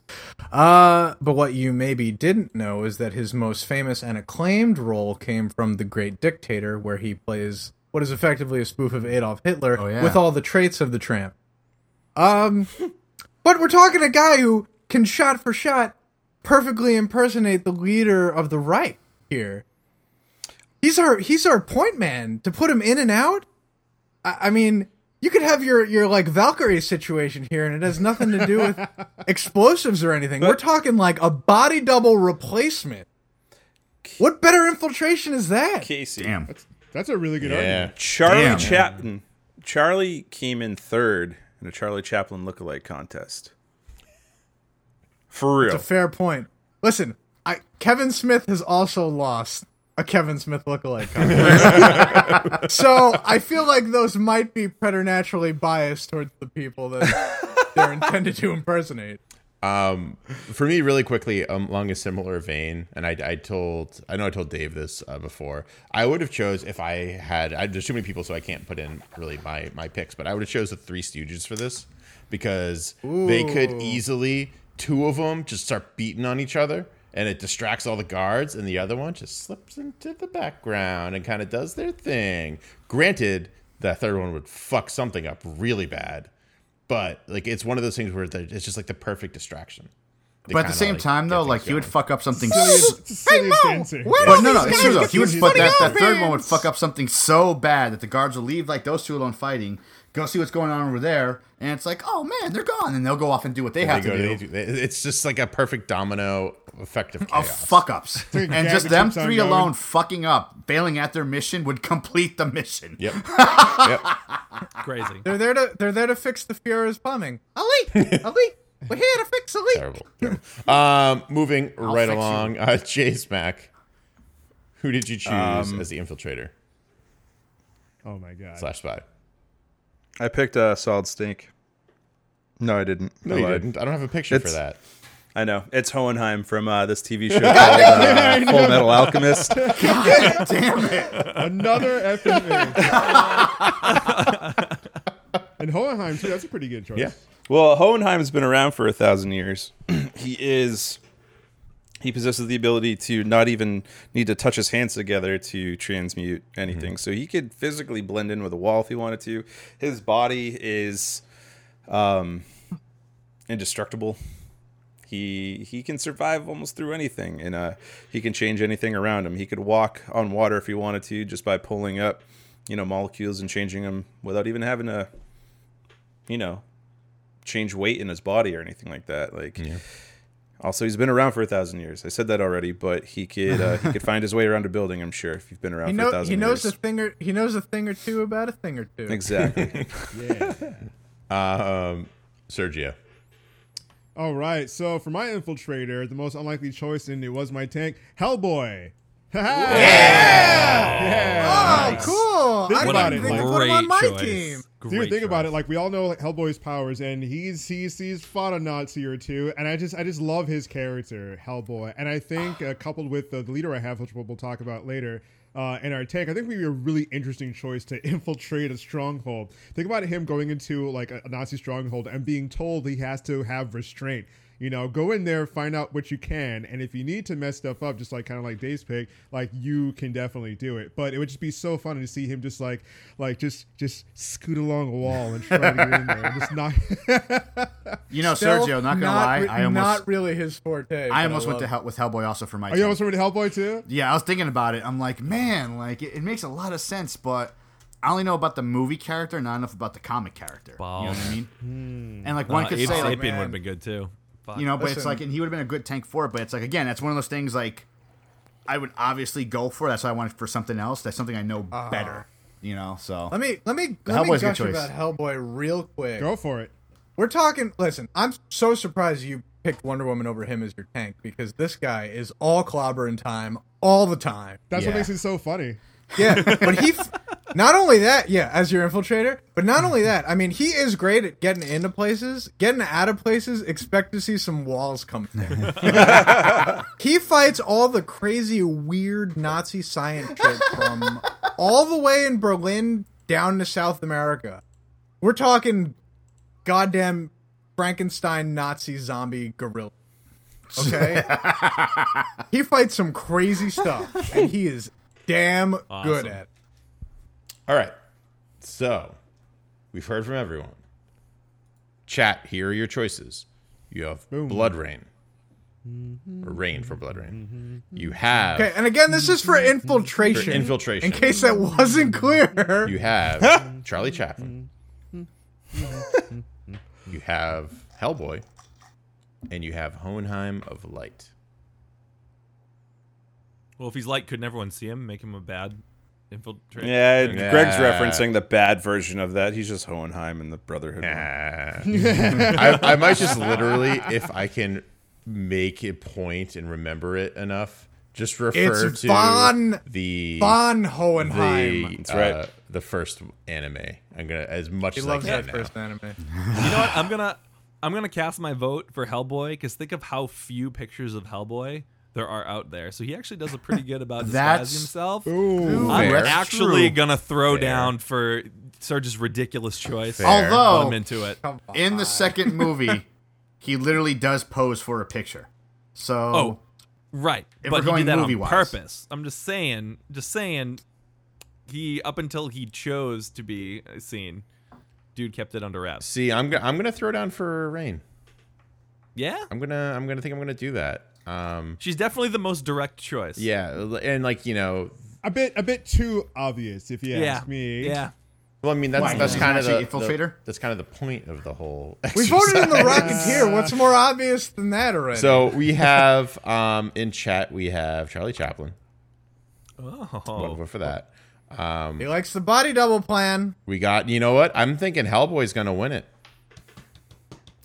S4: Uh but what you maybe didn't know is that his most famous and acclaimed role came from The Great Dictator where he plays what is effectively a spoof of Adolf Hitler
S6: yeah.
S4: with all the traits of the tramp. Um but we're talking a guy who can shot for shot perfectly impersonate the leader of the right here. He's our he's our point man. To put him in and out, I, I mean, you could have your your like Valkyrie situation here, and it has nothing to do with explosives or anything. We're talking like a body double replacement. What better infiltration is that?
S5: Casey.
S6: Damn.
S2: That's a really good
S1: Yeah.
S2: argument.
S5: Charlie
S6: Damn.
S5: Chaplin. Charlie came in third in a Charlie Chaplin lookalike contest. For real.
S4: It's a fair point. Listen, I, Kevin Smith has also lost a Kevin Smith lookalike contest. so I feel like those might be preternaturally biased towards the people that they're intended to impersonate.
S1: Um, for me, really quickly, um, along a similar vein, and I, I told, I know I told Dave this uh, before. I would have chose if I had. I, there's too many people, so I can't put in really my my picks. But I would have chose the Three Stooges for this because they could easily two of them just start beating on each other, and it distracts all the guards, and the other one just slips into the background and kind of does their thing. Granted, the third one would fuck something up really bad but like it's one of those things where the, it's just like the perfect distraction. They
S6: But at the
S1: kinda,
S6: same time,
S1: get
S6: though,
S1: things
S6: like, he would
S1: going.
S6: fuck up something
S2: Silliest, silliest dancing.
S6: But no, no, it's true though. He would, but that, that
S2: these
S6: third one would fuck up something so bad that the guards will leave like those two alone fighting, go see what's going on over there, and it's like, oh man, they're gone, and they'll go off and do what
S1: They
S6: they have
S1: go,
S6: to do.
S1: they do- they- it's just like a perfect domino effect of
S6: Of
S1: chaos.
S6: Oh, fuck ups,
S2: like a
S6: and
S2: cat
S6: just
S2: that
S6: them
S2: keeps on
S6: three
S2: going.
S6: alone fucking up, failing at their mission would complete the mission.
S1: Yep.
S3: crazy.
S4: They're there to they're there to fix the Fuhrer's plumbing. Ali, Ali, we're here to fix a leak.
S1: terrible. terrible. Um, moving right
S6: fix you.
S1: along, uh, Chase Mac. Who did you choose
S6: Um,
S1: as the infiltrator
S2: Oh my god.
S1: slash spy?
S5: I picked uh, Solid Stink. No, I didn't.
S1: No,
S5: I
S1: Oh, you
S5: lied.
S1: didn't. I don't have a picture for
S5: It's-
S1: that.
S5: I know. It's Hohenheim from uh, this TV show called uh, Full Metal Alchemist.
S6: Damn it!
S2: Another effing thing. and Hohenheim too. That's a pretty good choice.
S1: Yeah.
S5: Well, Hohenheim's been around for a thousand years. he is. He possesses the ability to not even need to touch his hands together to transmute anything. So he could physically blend in with a wall if he wanted to. His body is um, indestructible. He he can survive almost through anything, and uh, he can change anything around him. He could walk on water if he wanted to, just by pulling up, you know, molecules and changing them without even having to, you know, change weight in his body or anything like that. Like, also he's been around for a thousand years. I said that already, but he could uh, he could find his way around a building. I'm sure if you've been around
S4: He,
S5: for a
S4: know,
S5: thousand
S4: he knows
S5: years.
S4: a thing or he knows a thing or two about a thing or two.
S5: exactly.
S1: Um, Sergio.
S2: All right. So for my infiltrator, the most unlikely choice, and it was my tank, Hellboy. yeah.
S4: Oh, cool!
S2: Think
S4: I
S2: about
S4: didn't
S2: it,
S4: think to
S2: Mike.
S4: put him on my
S3: choice.
S4: team.
S2: Dude,
S3: Great
S2: think about
S3: choice.
S2: it. Like we all know like, Hellboy's powers, and he's he sees fought a Nazi or two, and I just I just love his character, Hellboy. And I think uh, coupled with uh, the leader I have, which we'll talk about later uh, in our take, I think would be a really interesting choice to infiltrate a stronghold. Think about him going into like a, a Nazi stronghold and being told he has to have restraint. You know, go in there, find out what you can, and if you need to mess stuff up, just like kind of like Dave's pick, like you can definitely do it. But it would just be so fun to see him just like, like just just scoot along a wall and try to get in there, and just not.
S6: You know,
S4: Stealth,
S6: Sergio, not gonna lie,
S4: re-
S6: I almost
S4: not really his forte. but
S6: I almost went
S4: love
S6: to hell with Hellboy also for my
S2: Are
S6: team.
S2: you almost ready to Hellboy too?
S6: Yeah, I was thinking about it. I'm like, man, like it, it makes a lot of sense, but I only know about the movie character, not enough about the comic character. You know what I mean? And like one
S3: Uh,
S6: could
S3: Abe
S6: say, like,
S3: Sapien would
S4: man.
S3: have been good too. Fuck.
S6: you know, but it's
S4: Listen.
S6: like, and he would have been a good tank for it. But it's like, again, that's one of those things like I would obviously go for. That's why I wanted for something else. That's something I know better. You know, so
S4: Uh-huh. Let me let me
S6: The
S4: let me
S6: Hellboy's a good
S4: gush
S6: choice.
S4: about Hellboy real quick.
S2: Go for it.
S4: We're talking. Listen, I'm so surprised you picked Wonder Woman over him as your tank because this guy is all clobbering time all the time.
S2: That's what
S6: Yeah.
S2: makes it so funny.
S4: Yeah, but he. F- not only that, yeah, as your infiltrator, but not only that, I mean, he is great at getting into places, getting out of places. Expect to see some walls coming. down. he fights all the crazy, weird Nazi science shit from all the way in Berlin down to South America. We're talking goddamn Frankenstein Nazi zombie gorilla. Okay? he fights some crazy stuff, and he is damn good
S3: Awesome.
S4: at it.
S1: All right. So we've heard from everyone. Chat, here are your choices. You have Blood Rain. Or Rain for Blood Rain. You have
S4: Mm-hmm. Okay, and again, this is for
S1: for
S4: infiltration.
S1: Infiltration.
S4: in case that wasn't clear.
S1: you have Charlie Chaplin.
S4: Mm-hmm.
S1: you have Hellboy. And you have Hohenheim of Light.
S3: Well, if he's light, couldn't everyone see him? Make him a bad infiltrator.
S5: Yeah,
S1: Yeah.
S5: Greg's referencing the bad version of that. He's just Hohenheim and the Brotherhood. one.
S4: Uh,
S1: Nah. I, I might just literally, if I can make a point and remember it enough, just refer
S4: It's
S1: to
S4: Von-
S1: the
S4: Von Hohenheim.
S1: the,
S5: That's
S1: uh,
S5: right.
S1: the first anime. I'm gonna as much
S4: he
S1: as
S4: loves
S1: I can
S4: that
S1: now.
S4: first anime.
S3: You know what? I'm gonna I'm gonna cast my vote for Hellboy because think of how few pictures of Hellboy there are out there. So he actually does a pretty good about
S6: That's-
S3: disguising himself.
S2: Ooh.
S3: I'm
S6: Fair.
S3: actually
S6: True.
S3: gonna throw down for Serge's ridiculous choice.
S1: Fair.
S3: Put
S6: although
S3: him into it.
S4: Come on.
S6: in the second movie, he literally does pose for a picture. So
S3: Oh, right.
S6: If we're
S3: but he
S6: going
S3: did that on
S6: movie-wise.
S3: purpose. I'm just saying. Just saying. He up until he chose to be uh, seen, dude kept it under wraps.
S1: See, I'm gonna I'm gonna throw down for Rain.
S3: Yeah,
S1: I'm gonna I'm gonna think I'm gonna do that. Um,
S3: she's definitely the most direct choice.
S1: yeah, and like you know,
S2: A bit, a bit too obvious, if you
S3: Yeah.
S2: ask me.
S3: Yeah.
S1: well, I mean that's
S6: Why, 'cause
S1: that's
S6: he's
S1: kind
S6: not
S1: of the,
S6: actually
S1: the-
S6: infiltrator?
S1: that's kind of the point of the whole.
S4: We voted in the
S1: exercise.
S4: Rocketeer. What's more obvious than that already?
S1: So we have um in chat we have Charlie Chaplin. One
S3: Oh.
S1: vote for that.
S4: he likes the body double plan.
S1: We got you know what I'm thinking Hellboy's gonna win it.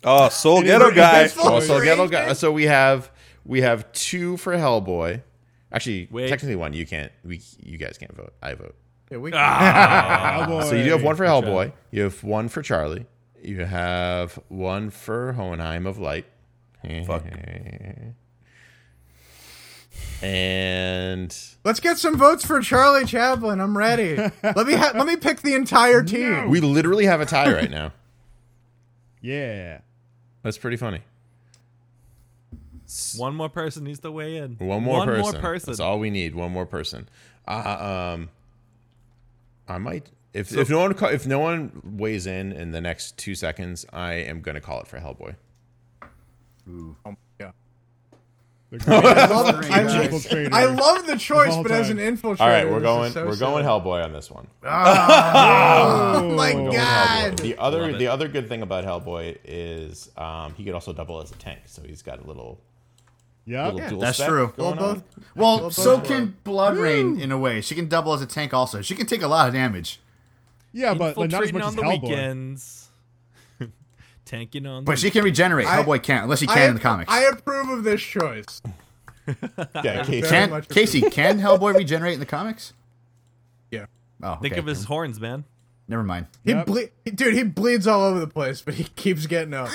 S5: Oh, Soul Ghetto Guy.
S4: That's full
S1: Also,
S4: of
S1: Ghetto
S4: crazy.
S1: Guy- So we have we have two for Hellboy. Actually,
S3: Wait.
S1: technically one. You can't. We you guys can't vote. I vote.
S4: Yeah, we-
S2: Hellboy.
S1: So you do have one for Hellboy. You have one for Charlie. You have one for Hohenheim of Light.
S5: Fuck.
S1: And
S4: Let's get some votes for Charlie Chaplin. I'm ready. let me ha- let me pick the entire team.
S1: we literally have a tie right now.
S2: Yeah.
S1: That's pretty funny.
S3: One more person needs to weigh in.
S1: One more
S3: One
S1: person.
S3: More person.
S1: That's all we need. One more person. Uh, um, I might if if no one ca- if no one weighs in in the next two seconds, I am gonna call it for Hellboy.
S4: I love, I
S6: Great
S4: love-
S2: Triple traitor.
S4: I love the choice,
S2: all
S4: but as an
S2: time.
S4: infiltrator,
S1: All right, we're
S4: this
S1: going
S4: is so
S1: we're
S4: sad.
S1: going Hellboy on this one.
S4: Oh my
S1: We're going Hellboy.
S4: god!
S1: The other
S3: Love it.
S1: the other good thing about Hellboy is um, he could also double as a tank, so he's got a little
S2: Yep.
S1: little dual
S6: that's
S1: spec
S6: true.
S1: going
S4: Well,
S1: on.
S4: both-
S6: Well, so
S4: both
S6: can Blood Rain in a way. She can double as a tank also. She can take a lot of damage,
S2: Yeah, but like, not as
S3: Infiltrating
S2: much
S3: on
S2: as
S3: the
S2: Hellboy.
S3: weekends. Tanking on.
S6: but
S3: the-
S6: she can regenerate.
S4: I-
S6: Hellboy can't, unless he can
S4: I,
S6: in the comics.
S4: I approve of this choice.
S1: Yeah, Casey.
S4: Very
S6: can
S4: much
S6: Casey can Hellboy regenerate in the comics?
S4: Yeah,
S6: Oh,
S3: think
S6: okay.
S3: of his horns, man.
S6: Never mind.
S4: he
S2: Yep.
S4: ble- dude, he bleeds all over the place, but he keeps getting up.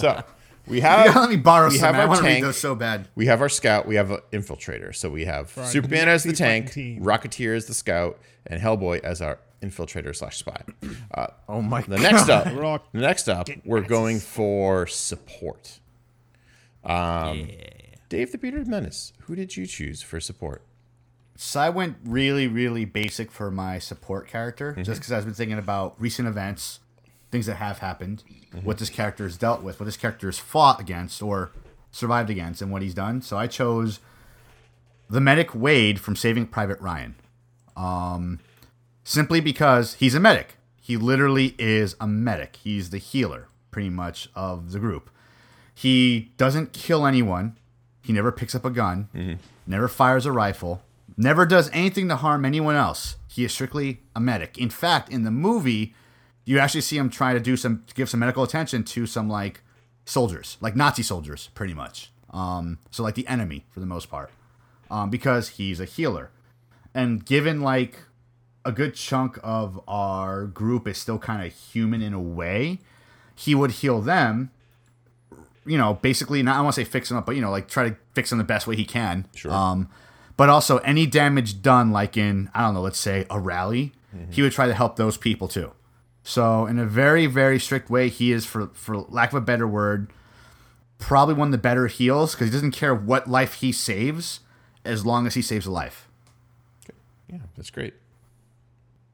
S1: So we
S6: You
S1: have
S6: gotta let me borrow
S1: we
S6: some.
S1: have
S6: man. I
S1: our
S6: want to read
S1: tank.
S6: those so bad.
S1: we have our scout, we have an infiltrator. So we have
S2: our
S1: Superman as the
S2: nasty fucking
S1: tank,
S2: team.
S1: Rocketeer as the scout, and Hellboy as our infiltrator slash spy. Uh,
S6: Oh my
S1: the next up,
S2: We're all-
S1: the next up, we're going for support. Um, Dave the Bearded Menace, who did you choose for support?
S6: So I went really, really basic for my support character, just because I've been thinking about recent events, things that have happened, what this character has dealt with, what this character has fought against or survived against, and what he's done. So I chose the medic Wade from Saving Private Ryan, um, simply because he's a medic. He literally is a medic. He's the healer, pretty much, of the group. He doesn't kill anyone. He never picks up a gun, never fires a rifle, never does anything to harm anyone else. He is strictly a medic. In fact, in the movie, you actually see him try to do some give some medical attention to some like soldiers, like Nazi soldiers, pretty much. Um, so like the enemy for the most part, um, because he's a healer. And given like a good chunk of our group is still kind of human in a way, he would heal them you know, basically not I want to say fix him up, but you know, like try to fix him the best way he can. Sure. Um, but also any damage done, like in I don't know, let's say a rally, he would try to help those people too. So in a very very strict way, he is for for lack of a better word, probably one of the better heals because he doesn't care what life he saves, as long as he saves a life.
S1: Yeah, that's great.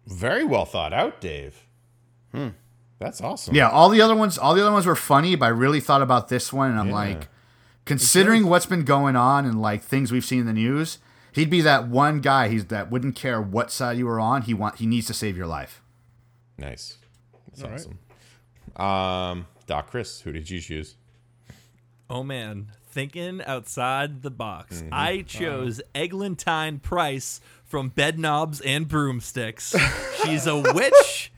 S1: Very well thought out, Dave. Hmm. That's awesome.
S6: Yeah, all the other ones, all the other ones were funny, but I really thought about this one, and I'm like, considering what's been going on and like things we've seen in the news, he'd be that one guy. He's that wouldn't care what side you were on. He want he needs to save your life.
S1: Nice. That's
S2: All right.
S1: awesome. Um, Doc Chris, who did you choose?
S3: Oh man, thinking outside the box.
S2: Uh-huh.
S3: I chose Eglantine Price from Bedknobs and Broomsticks. She's a witch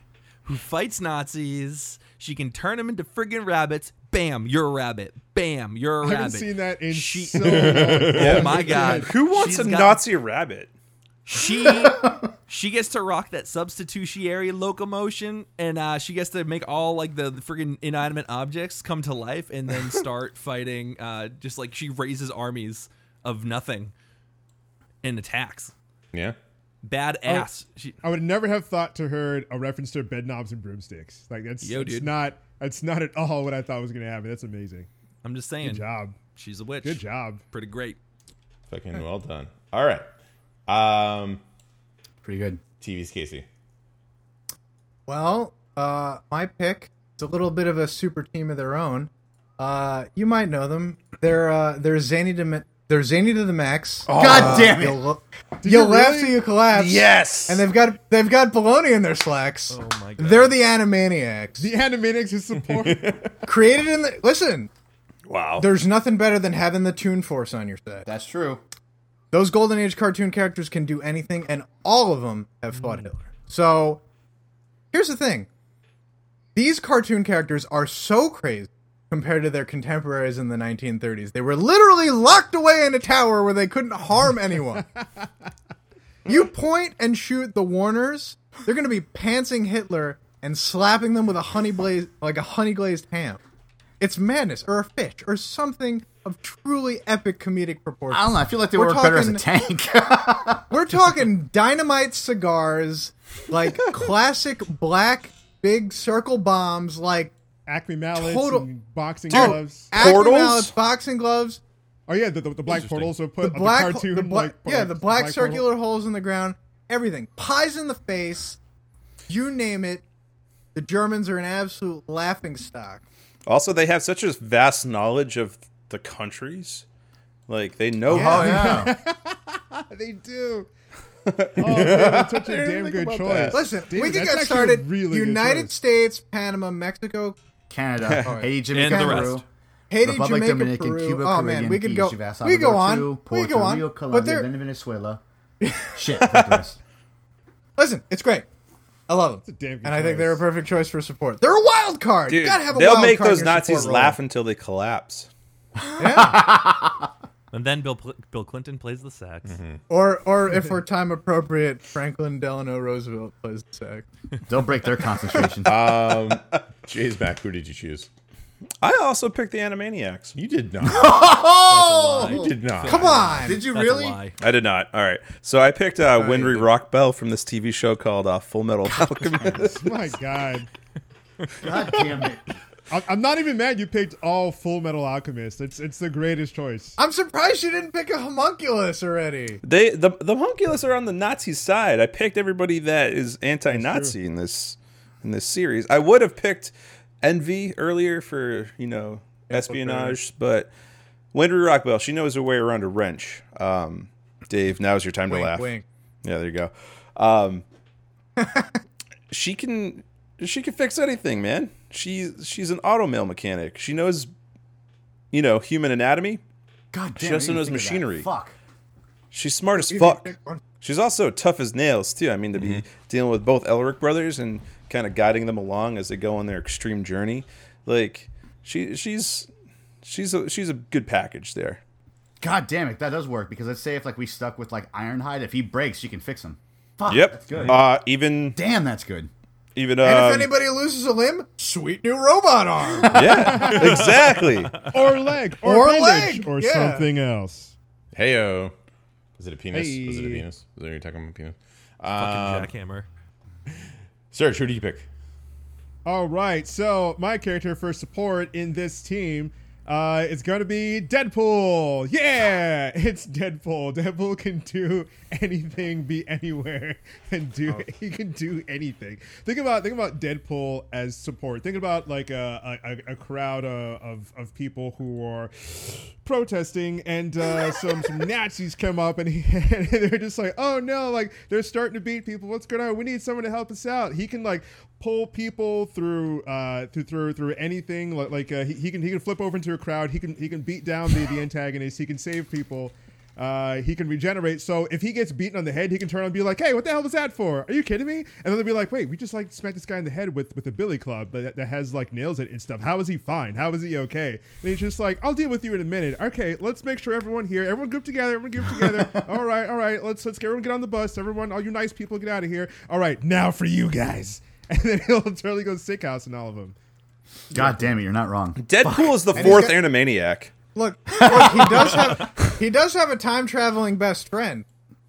S3: who fights Nazis. She can turn them into friggin' rabbits. Bam, you're a rabbit. Bam, you're a
S2: I
S3: rabbit.
S2: haven't seen that in
S3: She-
S2: so long.
S3: Oh my god.
S5: Who wants
S3: She's
S5: a
S3: got-
S5: Nazi rabbit?
S3: She she gets to rock that substitutionary locomotion, and uh, she gets to make all like the, the friggin' inanimate objects come to life, and then start fighting. Uh, just like she raises armies of nothing and attacks.
S1: Yeah.
S2: Oh.
S3: Badass. She,
S2: I would never have thought to heard a reference to bed knobs and broomsticks. Like that's
S3: Yo,
S2: it's
S3: dude.
S2: not that's not at all what I thought was gonna happen. That's amazing.
S3: I'm just saying,
S2: Good job.
S3: she's a witch.
S2: Good job.
S3: Pretty great.
S1: Fucking well done. All right. Um,
S6: Pretty good.
S1: TV's Casey.
S4: Well, uh, my pick is a little bit of a super team of their own. Uh, you might know them. They're uh, they're zany to ma- they're zany to the max. Uh,
S6: God damn
S4: You'll,
S6: it!
S4: lo- you'll
S2: you
S4: laugh
S2: really?
S4: till you collapse.
S5: Yes.
S4: And they've got they've got baloney in their slacks. Oh
S3: my God.
S4: They're the Animaniacs.
S2: The animatics who support
S4: Created in the listen.
S5: wow.
S4: There's nothing better than having the Toon Force on your set.
S6: That's true.
S4: Those Golden Age cartoon characters can do anything, and all of them have fought
S6: Mm.
S4: Hitler. So, here's the thing these cartoon characters are so crazy compared to their contemporaries in the 1930s. They were literally locked away in a tower where they couldn't harm anyone. you point and shoot the Warners, they're going to be pantsing Hitler and slapping them with a honey blaze like a honey glazed ham. It's madness or a fish or something of truly epic comedic proportions.
S6: I don't know. I feel like they
S4: We're
S6: work better as a
S4: talking-
S6: tank.
S4: We're talking dynamite cigars, like classic black big circle bombs, like
S2: Acme mallets
S4: Total-
S2: and boxing
S4: Dude,
S2: gloves.
S4: acme
S5: Portals?
S4: mallets, boxing gloves,
S2: Oh yeah, the, the, the black portals were put
S4: the
S2: on
S4: black,
S2: the cartoon
S4: the black,
S2: like,
S4: yeah, the black,
S2: portal.
S4: circular holes in the ground, everything, pies in the face, you name it. The Germans are an absolute laughing stock.
S5: Also, they have such a vast knowledge of the countries. Like they know how
S4: Yeah.
S6: oh yeah.
S2: They do. oh, man, that's such a damn
S5: think
S2: good
S5: about
S2: choice.
S5: that.
S4: Listen,
S2: Dude,
S4: we can
S2: that's
S4: get
S2: actually a
S4: started.
S2: Really good
S4: United
S2: choice.
S4: States, Panama, Mexico,
S6: Canada, Haiti, Jamaica,
S3: And the
S6: Peru.
S3: rest.
S4: Haiti,
S6: Republic,
S4: Jamaica,
S6: Dominican,
S4: Peru.
S6: Cuba,
S4: oh
S6: Caribbean,
S4: man, we could
S6: Fiji,
S4: go.
S6: Salvador,
S4: We go on.
S6: Peru,
S4: we
S6: Puerto
S4: go on.
S6: Rico,
S4: but
S6: Colombia,
S4: they're,
S6: then Venezuela. Shit. fuck the rest.
S4: Listen, it's great. I love them.
S2: a damn good
S4: and I think
S2: choice.
S4: they're a perfect choice for support. They're a wild card.
S5: Dude,
S4: you gotta have a
S5: they'll
S4: wild
S5: make
S4: card in
S5: those
S4: your
S5: Nazis
S4: support
S5: laugh until they collapse.
S3: And then Bill Pl- Bill Clinton plays the sax.
S1: Mm-hmm.
S4: role. Or, or if we're time appropriate, Franklin Delano Roosevelt plays the sax.
S6: They'll break their concentration.
S1: Jay's back. Who did you choose?
S5: I also picked the Animaniacs.
S1: You did not.
S3: Oh,
S1: you did not.
S4: Come on.
S6: Did you
S3: That's
S6: really?
S3: a lie.
S5: I did not. All right. So I picked uh, Winry Rockbell from this TV show called uh, Full Metal Alchemist.
S2: My God.
S6: God damn it.
S2: I- I'm not even mad you picked all Full Metal Alchemist. It's it's the greatest choice.
S4: I'm surprised you didn't pick a homunculus already.
S5: They the the homunculus are on the Nazi side. I picked everybody that is anti-Nazi in this in this series. I would have picked Envy earlier for you know espionage, but Wendy Rockwell she knows her way around a wrench. Um, Dave, now's your time to
S4: Wink,
S5: laugh.
S4: wink.
S5: Yeah, there you go. Um, she can she can fix anything, man. She's she's an automail mechanic. She knows you know human anatomy.
S6: God damn.
S5: She
S6: I
S5: also
S6: didn't think of
S5: knows
S6: that.
S5: machinery.
S6: Fuck.
S5: She's smart as
S4: You can
S5: fuck.
S4: pick one.
S5: She's also tough as nails too. I mean, to be dealing with both Elric brothers and kind of guiding them along as they go on their extreme journey, like she she's she's a, she's a good package there.
S6: God damn it, that does work because let's say if like we stuck with like Ironhide, if he breaks, you can fix him. Fuck. That's
S5: Yep.
S6: good.
S5: Uh, even
S6: damn, that's good.
S5: even
S4: And if
S5: um,
S4: anybody loses a limb, sweet new robot arm.
S5: yeah, exactly.
S2: Or leg, or,
S4: Or
S2: appendage,
S4: leg,
S2: or
S4: yeah.
S2: something else.
S1: Heyo. Is it a penis? Was it a
S2: Hey.
S1: penis? Was there you talking about penis?
S3: Fucking
S1: Um,
S3: jackhammer.
S1: Serge, who did you pick?
S2: All right, so my character for support in this team uh, is going to be Deadpool. Yeah, it's Deadpool. Deadpool can do anything, be anywhere, and do he can do anything. Think about think about Deadpool as support. Think about like a a, a crowd uh, of of people who are protesting, and uh, some some Nazis come up, and, he, and they're just like, oh no, like they're starting to beat people. What's going on? We need someone to help us out. He can like pull people through uh through through through anything like, like uh, he, he can he can flip over into a crowd he can he can beat down the, the antagonist he can save people uh he can regenerate so if he gets beaten on the head he can turn on and be like hey what the hell was that for are you kidding me and then they'll be like wait we just like smacked this guy in the head with with a billy club that, that has like nails in it and stuff how is he fine how is he okay and he's just like i'll deal with you in a minute okay let's make sure everyone here everyone group together everyone group together all right all right let's let's get everyone get on the bus everyone all you nice people get out of here all right now for you guys and then he'll totally go sick house and all of them.
S6: God damn it, you're not wrong.
S5: Deadpool is the fourth
S4: got-
S5: Animaniac.
S4: Look, look, he does have he does have a time traveling best friend.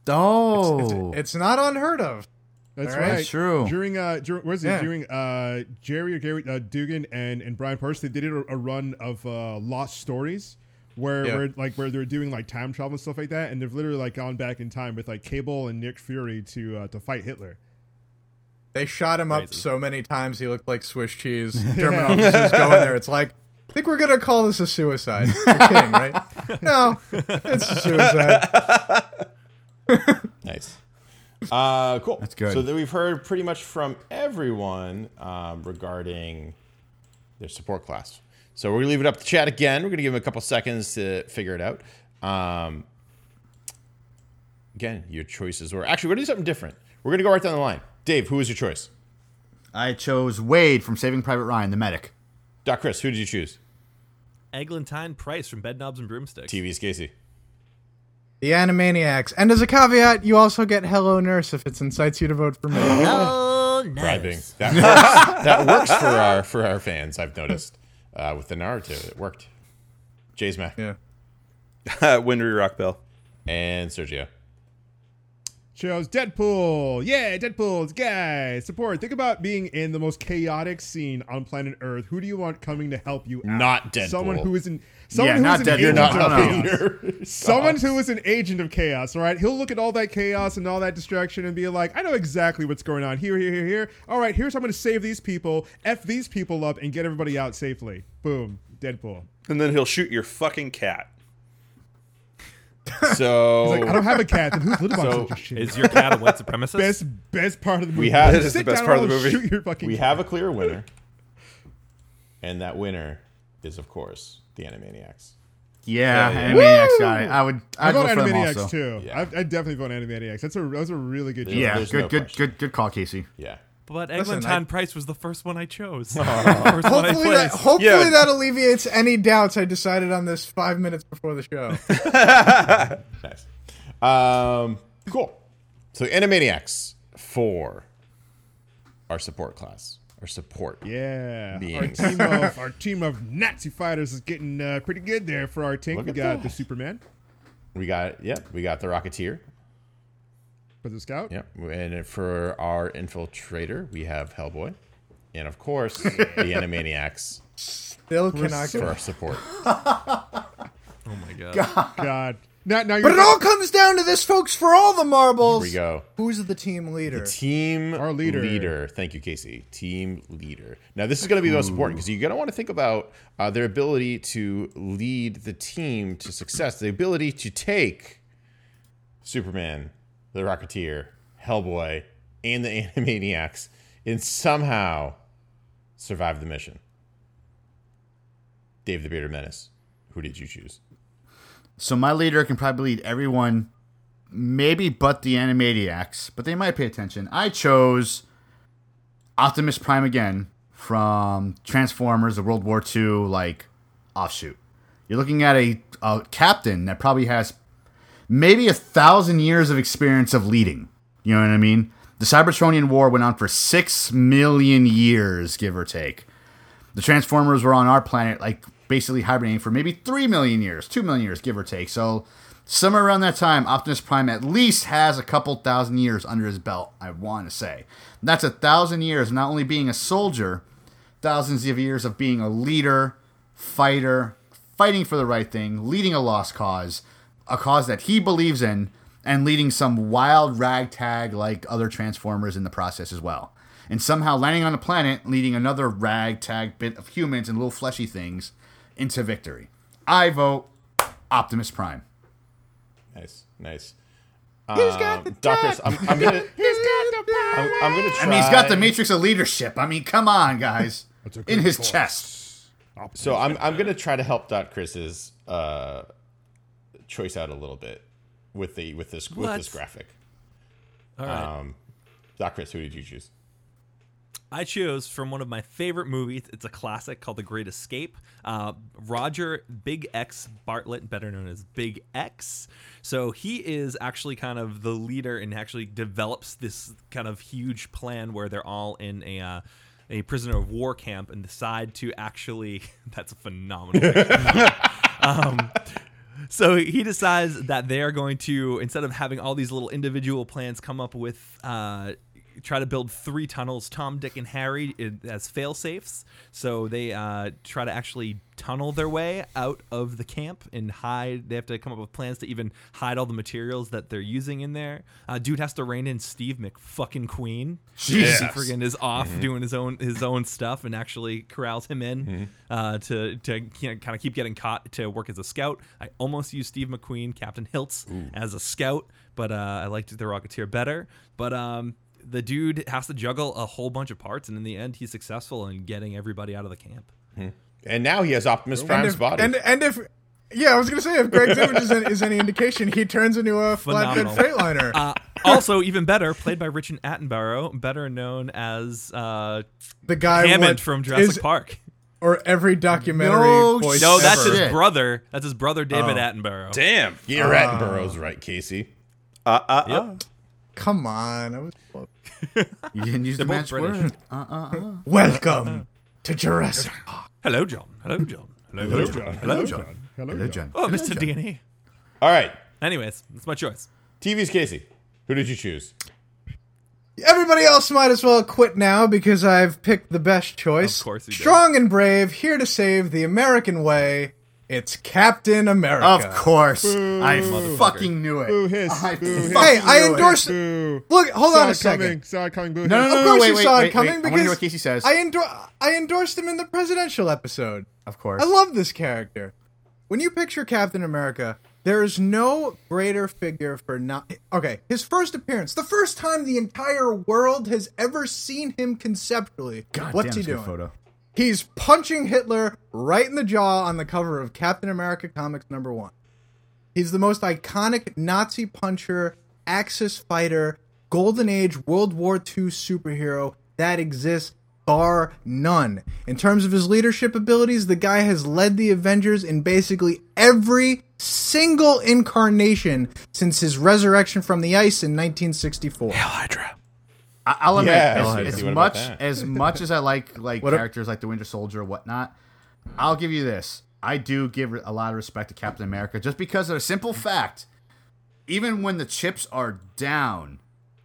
S6: Oh,
S4: It's not unheard of.
S2: That's
S4: All
S2: right.
S4: right.
S6: That's true.
S2: During uh, dur- where's it?
S4: Yeah.
S2: During uh, Jerry or Gary uh, Dugan and and Brian Purse, they did a, a run of uh, Lost Stories. Where,
S5: Yeah.
S2: where like where they're doing like time travel and stuff like that, and they've literally like gone back in time with like Cable and Nick Fury to uh, to fight Hitler.
S4: They shot him up so many times he looked like Swiss cheese. German officers go in there. It's like, I think we're gonna call this a suicide. You're kidding, right? No, it's a suicide.
S1: Nice. Uh, cool. That's
S6: good.
S1: So that we've heard pretty much from everyone um, regarding their support class. So we're gonna leave it up to chat again. We're gonna give them a couple seconds to figure it out. Um, again, your choices were actually we're gonna do something different. We're gonna go right down the line. Dave, who was your choice?
S6: I chose Wade from Saving Private Ryan, the medic.
S1: Doc Chris, who did you choose?
S3: Eglantine Price from Bedknobs and Broomsticks.
S1: TV's Casey.
S4: The Animaniacs. And as a caveat, you also get Hello Nurse if it incites you to vote for me.
S3: Oh,
S1: bribing. That works. that works for our for our fans. I've noticed uh, with the Naruto, it worked. Jay's Mac
S4: Yeah.
S5: Winry Rockbell.
S1: and Sergio.
S2: Shows Deadpool. Yeah, Deadpool's guy. Support. Think about being in the most chaotic scene on planet Earth. Who do you want coming to help you out?
S1: Not Deadpool.
S2: Someone who isn't someone
S6: Yeah,
S2: who
S6: not
S2: isn't
S6: Deadpool. You're
S2: agent
S6: not
S2: of
S6: helping
S2: chaos. Someone who is an agent of chaos, all right? He'll look at all that chaos and all that destruction and be like, I know exactly what's going on here, here, here, here. All right, here's how I'm going to save these people, F these people up, and get everybody out safely. Boom. Deadpool.
S5: And then he'll shoot your fucking cat.
S1: So
S4: "Oh."
S2: Like, I don't have a cat. Then who's little box
S1: So,
S2: such a shit?
S3: Is your cat a white supremacist?
S2: best, best part of the movie.
S1: have- That
S5: is the
S2: Sit
S5: best
S2: down
S5: part of
S2: and
S5: the
S2: I'll
S5: movie.
S2: Shoot your fucking
S1: we have a clear winner, and that winner is of course the Animaniacs.
S6: Yeah,
S1: Yeah, yeah.
S6: Animaniacs guy. I would.
S2: I
S6: I'd
S2: vote
S6: vote for them
S2: Animaniacs
S6: also.
S2: too.
S1: Yeah.
S2: I, I definitely vote Animaniacs. That's a that was a really good.
S1: Yeah,
S6: Yeah,
S1: there's
S6: good,
S1: no
S6: good,
S1: question.
S6: good, good call, Casey.
S1: Yeah.
S3: But
S4: Listen,
S3: Eglantine
S4: I-
S3: Price was the first one I chose. first one I
S4: Hopefully, that,
S3: placed.
S4: hopefully
S5: Yeah.
S4: that alleviates any doubts I decided on this five minutes before the show.
S1: Nice. Um, cool. So Animaniacs for our support class. Our support.
S2: Yeah, our
S1: Beings.
S2: team of our team of Nazi fighters is getting uh, pretty good there for our tank.
S1: Look
S2: we
S1: at
S2: got
S1: that.
S2: the Superman
S1: We got yep. We got the Rocketeer.
S2: for the Scout.
S1: Yep. And for our infiltrator, we have Hellboy. and of course the Animaniacs
S4: Still cannot
S1: for
S4: get.
S1: our support.
S3: Oh my god.
S2: God. Now, now
S4: But it
S2: you're
S4: all comes down to this, folks. For all the marbles,
S1: Here we go.
S4: who's the team leader?
S1: Team
S2: Our leader.
S1: Thank you, Casey. Team leader. Now this is going to be the most
S2: Hmm.
S1: important because you're going to want to think about uh, their ability to lead the team to success, the ability to take Superman, the Rocketeer, Hellboy, and the Animaniacs, and somehow survive the mission. Dave the Bearded Menace. Who did you choose?
S6: So my leader can probably lead everyone, maybe but the Animaniacs, but they might pay attention. I chose Optimus Prime again from Transformers, the World War II like offshoot. You're looking at a, a captain that probably has maybe a thousand years of experience of leading. You know what I mean? The Cybertronian War went on for six million years, give or take the Transformers were on our planet, like basically hibernating for maybe three million years, two million years, give or take. So somewhere around that time, Optimus Prime at least has a couple thousand years under his belt. I want to say that's a thousand years, of not only being a soldier, thousands of years of being a leader, fighter, fighting for the right thing, leading a lost cause, a cause that he believes in, and leading some wild ragtag like other Transformers in the process as well. And somehow landing on a planet, leading another ragtag bit of humans and little fleshy things into victory. I vote Optimus Prime.
S1: Nice, nice. He's got the doctors. I'm, I'm gonna. He's got the power. I'm, I'm gonna try.
S6: I mean, he's got the matrix of leadership. I mean, come on, guys.
S2: okay,
S6: In his
S2: boss.
S6: chest.
S1: So I'm I'm gonna try to help Dot Chris's uh, choice out a little bit with the with this with
S3: What?
S1: this graphic.
S3: All right.
S1: Um, Dot Chris, who did you choose?
S3: I chose from one of my favorite movies. It's a classic called The Great Escape. Uh, Roger Big X Bartlett, better known as Big X. So he is actually kind of the leader and actually develops this kind of huge plan where they're all in a. Uh, a prisoner of war camp and decide to actually that's a phenomenal so he decides that they are going to instead of having all these little individual plans come up with uh try to build three tunnels tom dick and harry i- as fail safes so they uh, try to actually tunnel their way out of the camp and hide they have to come up with plans to even hide all the materials that they're using in there uh, dude has to rein in steve mcfucking queen
S6: Jesus.
S3: he friggin' is off doing his own his own stuff and actually corrals him in uh, to to kind of keep getting caught to work as a scout. I almost used Steve McQueen, Captain Hiltz, as a scout, but uh, I liked the Rocketeer better. But um, the dude has to juggle a whole bunch of parts, and in the end, he's successful in getting everybody out of the camp.
S1: And now he has Optimus Prime's
S4: if,
S1: body.
S4: And and if yeah, I was gonna say if Greg's image is, an, is any indication, he turns into a
S3: Phenomenal.
S4: flatbed freightliner.
S3: Uh, also, even better, played by Richard Attenborough, better known as uh,
S4: the guy
S3: Hammond
S4: what
S3: from Jurassic
S4: is-
S3: Park.
S4: or every documentary
S6: No
S4: voice
S3: No, that's
S4: ever.
S6: it.
S3: his brother. Oh. That's his brother, David Attenborough.
S5: Damn.
S1: You're
S4: Ah.
S1: Attenborough's right, Casey.
S5: Uh, uh,
S3: Yep.
S5: uh.
S4: Come on, I was,
S6: You didn't use the
S3: both
S6: magic
S3: British.
S6: word. Uh, uh, uh.
S4: welcome to Jurassic.
S3: Hello, John. Hello, John. Hello,
S6: John.
S2: Hello, John. Hello,
S6: Hello,
S2: John.
S6: John.
S3: Oh, Mr. DNA.
S1: All right,
S3: Anyways, that's my choice.
S1: TV's Casey. Who did you choose?
S4: Everybody else might as well quit now because I've picked the best choice.
S3: Of course you did.
S4: Strong and brave, here to save the American way. It's Captain America.
S6: Of course. I fucking knew it.
S2: Boo hiss,
S6: I
S2: boo hiss.
S6: fucking
S4: Hey, I
S6: knew it.
S4: endorse. Look,
S2: Boo.
S4: hold
S2: Saw
S4: on a
S2: it Coming,
S4: second.
S2: saw it coming. Boo
S6: No, no,
S2: hiss.
S4: Of
S6: no, no,
S4: course
S6: wait,
S4: you
S6: wait,
S4: saw
S6: wait,
S4: it coming
S6: wait. I wanna
S4: because
S6: hear what Casey says.
S4: I, endor- I endorsed him in the presidential episode.
S6: Of course.
S4: I love this character. When you picture Captain America, there is no greater figure for not. Okay, his first appearance, the first time the entire world has ever seen him conceptually.
S6: God
S4: What's
S6: damn,
S4: he
S6: it's a good
S4: doing?
S6: Photo.
S4: He's punching Hitler right in the jaw on the cover of Captain America Comics number one. He's the most iconic Nazi puncher, Axis fighter, Golden Age World War II superhero that exists, bar none. In terms of his leadership abilities, the guy has led the Avengers in basically every single incarnation since his resurrection from the ice in 1964.
S6: I- I'll admit,
S1: Yeah,
S6: as-
S1: I see.
S6: as,
S1: What about
S6: much
S1: that?
S6: as much as I like like
S4: a-
S6: characters like the Winter Soldier, or whatnot, I'll give you this. I do give a lot of respect to Captain America just because of the simple fact, even when the chips are down,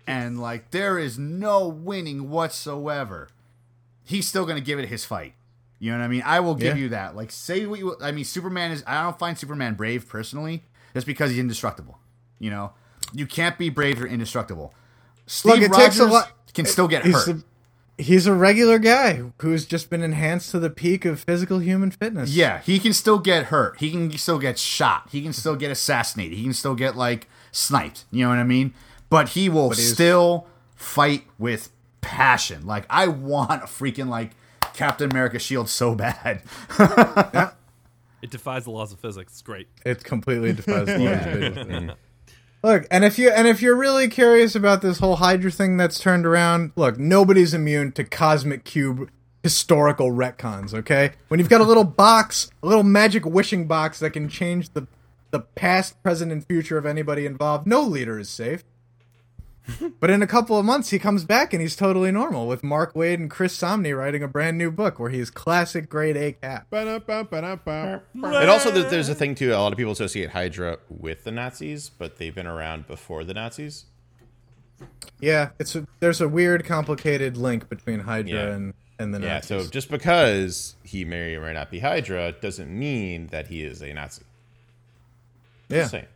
S6: and like there is no winning whatsoever, he's still gonna give it his fight. You know what I mean? I will give
S2: Yeah.
S6: you that. Like, say what you. I mean, Superman is. I don't find Superman brave personally, just because he's indestructible. You know, you can't be brave or indestructible. Steve
S4: it
S6: Rogers
S4: takes a lot-
S6: can still get
S4: He's
S6: hurt.
S4: a, he's a regular guy who's just been enhanced to the peak of physical human fitness.
S6: Yeah, he can still get hurt. He can still get shot. He can still get assassinated. He can still get like sniped. You know what I mean? But he will
S4: he's-
S6: still fight with passion. Like I want a freaking like Captain America shield so bad.
S3: It defies the laws of physics. It's great.
S4: It completely defies the logic. Look, and if you and if you're really curious about this whole Hydra thing that's turned around, look, nobody's immune to cosmic cube historical retcons, okay? When you've got a little box, a little magic wishing box that can change the the past, present, and future of anybody involved, no leader is safe. But in a couple of months, he comes back and he's totally normal with Mark Wade and Chris Somney writing a brand new book where he's classic grade A cap.
S2: Ba-da-ba-ba-da-ba.
S1: And also, there- there's a thing too. A lot of people associate Hydra with the Nazis, but they've been around before the Nazis.
S4: Yeah, it's a, there's a weird, complicated link between Hydra
S1: Yeah.
S4: and and the
S1: Yeah.
S4: Nazis.
S1: So just because he may or may not be Hydra doesn't mean that he is a Nazi.
S4: yeah.
S1: Just saying.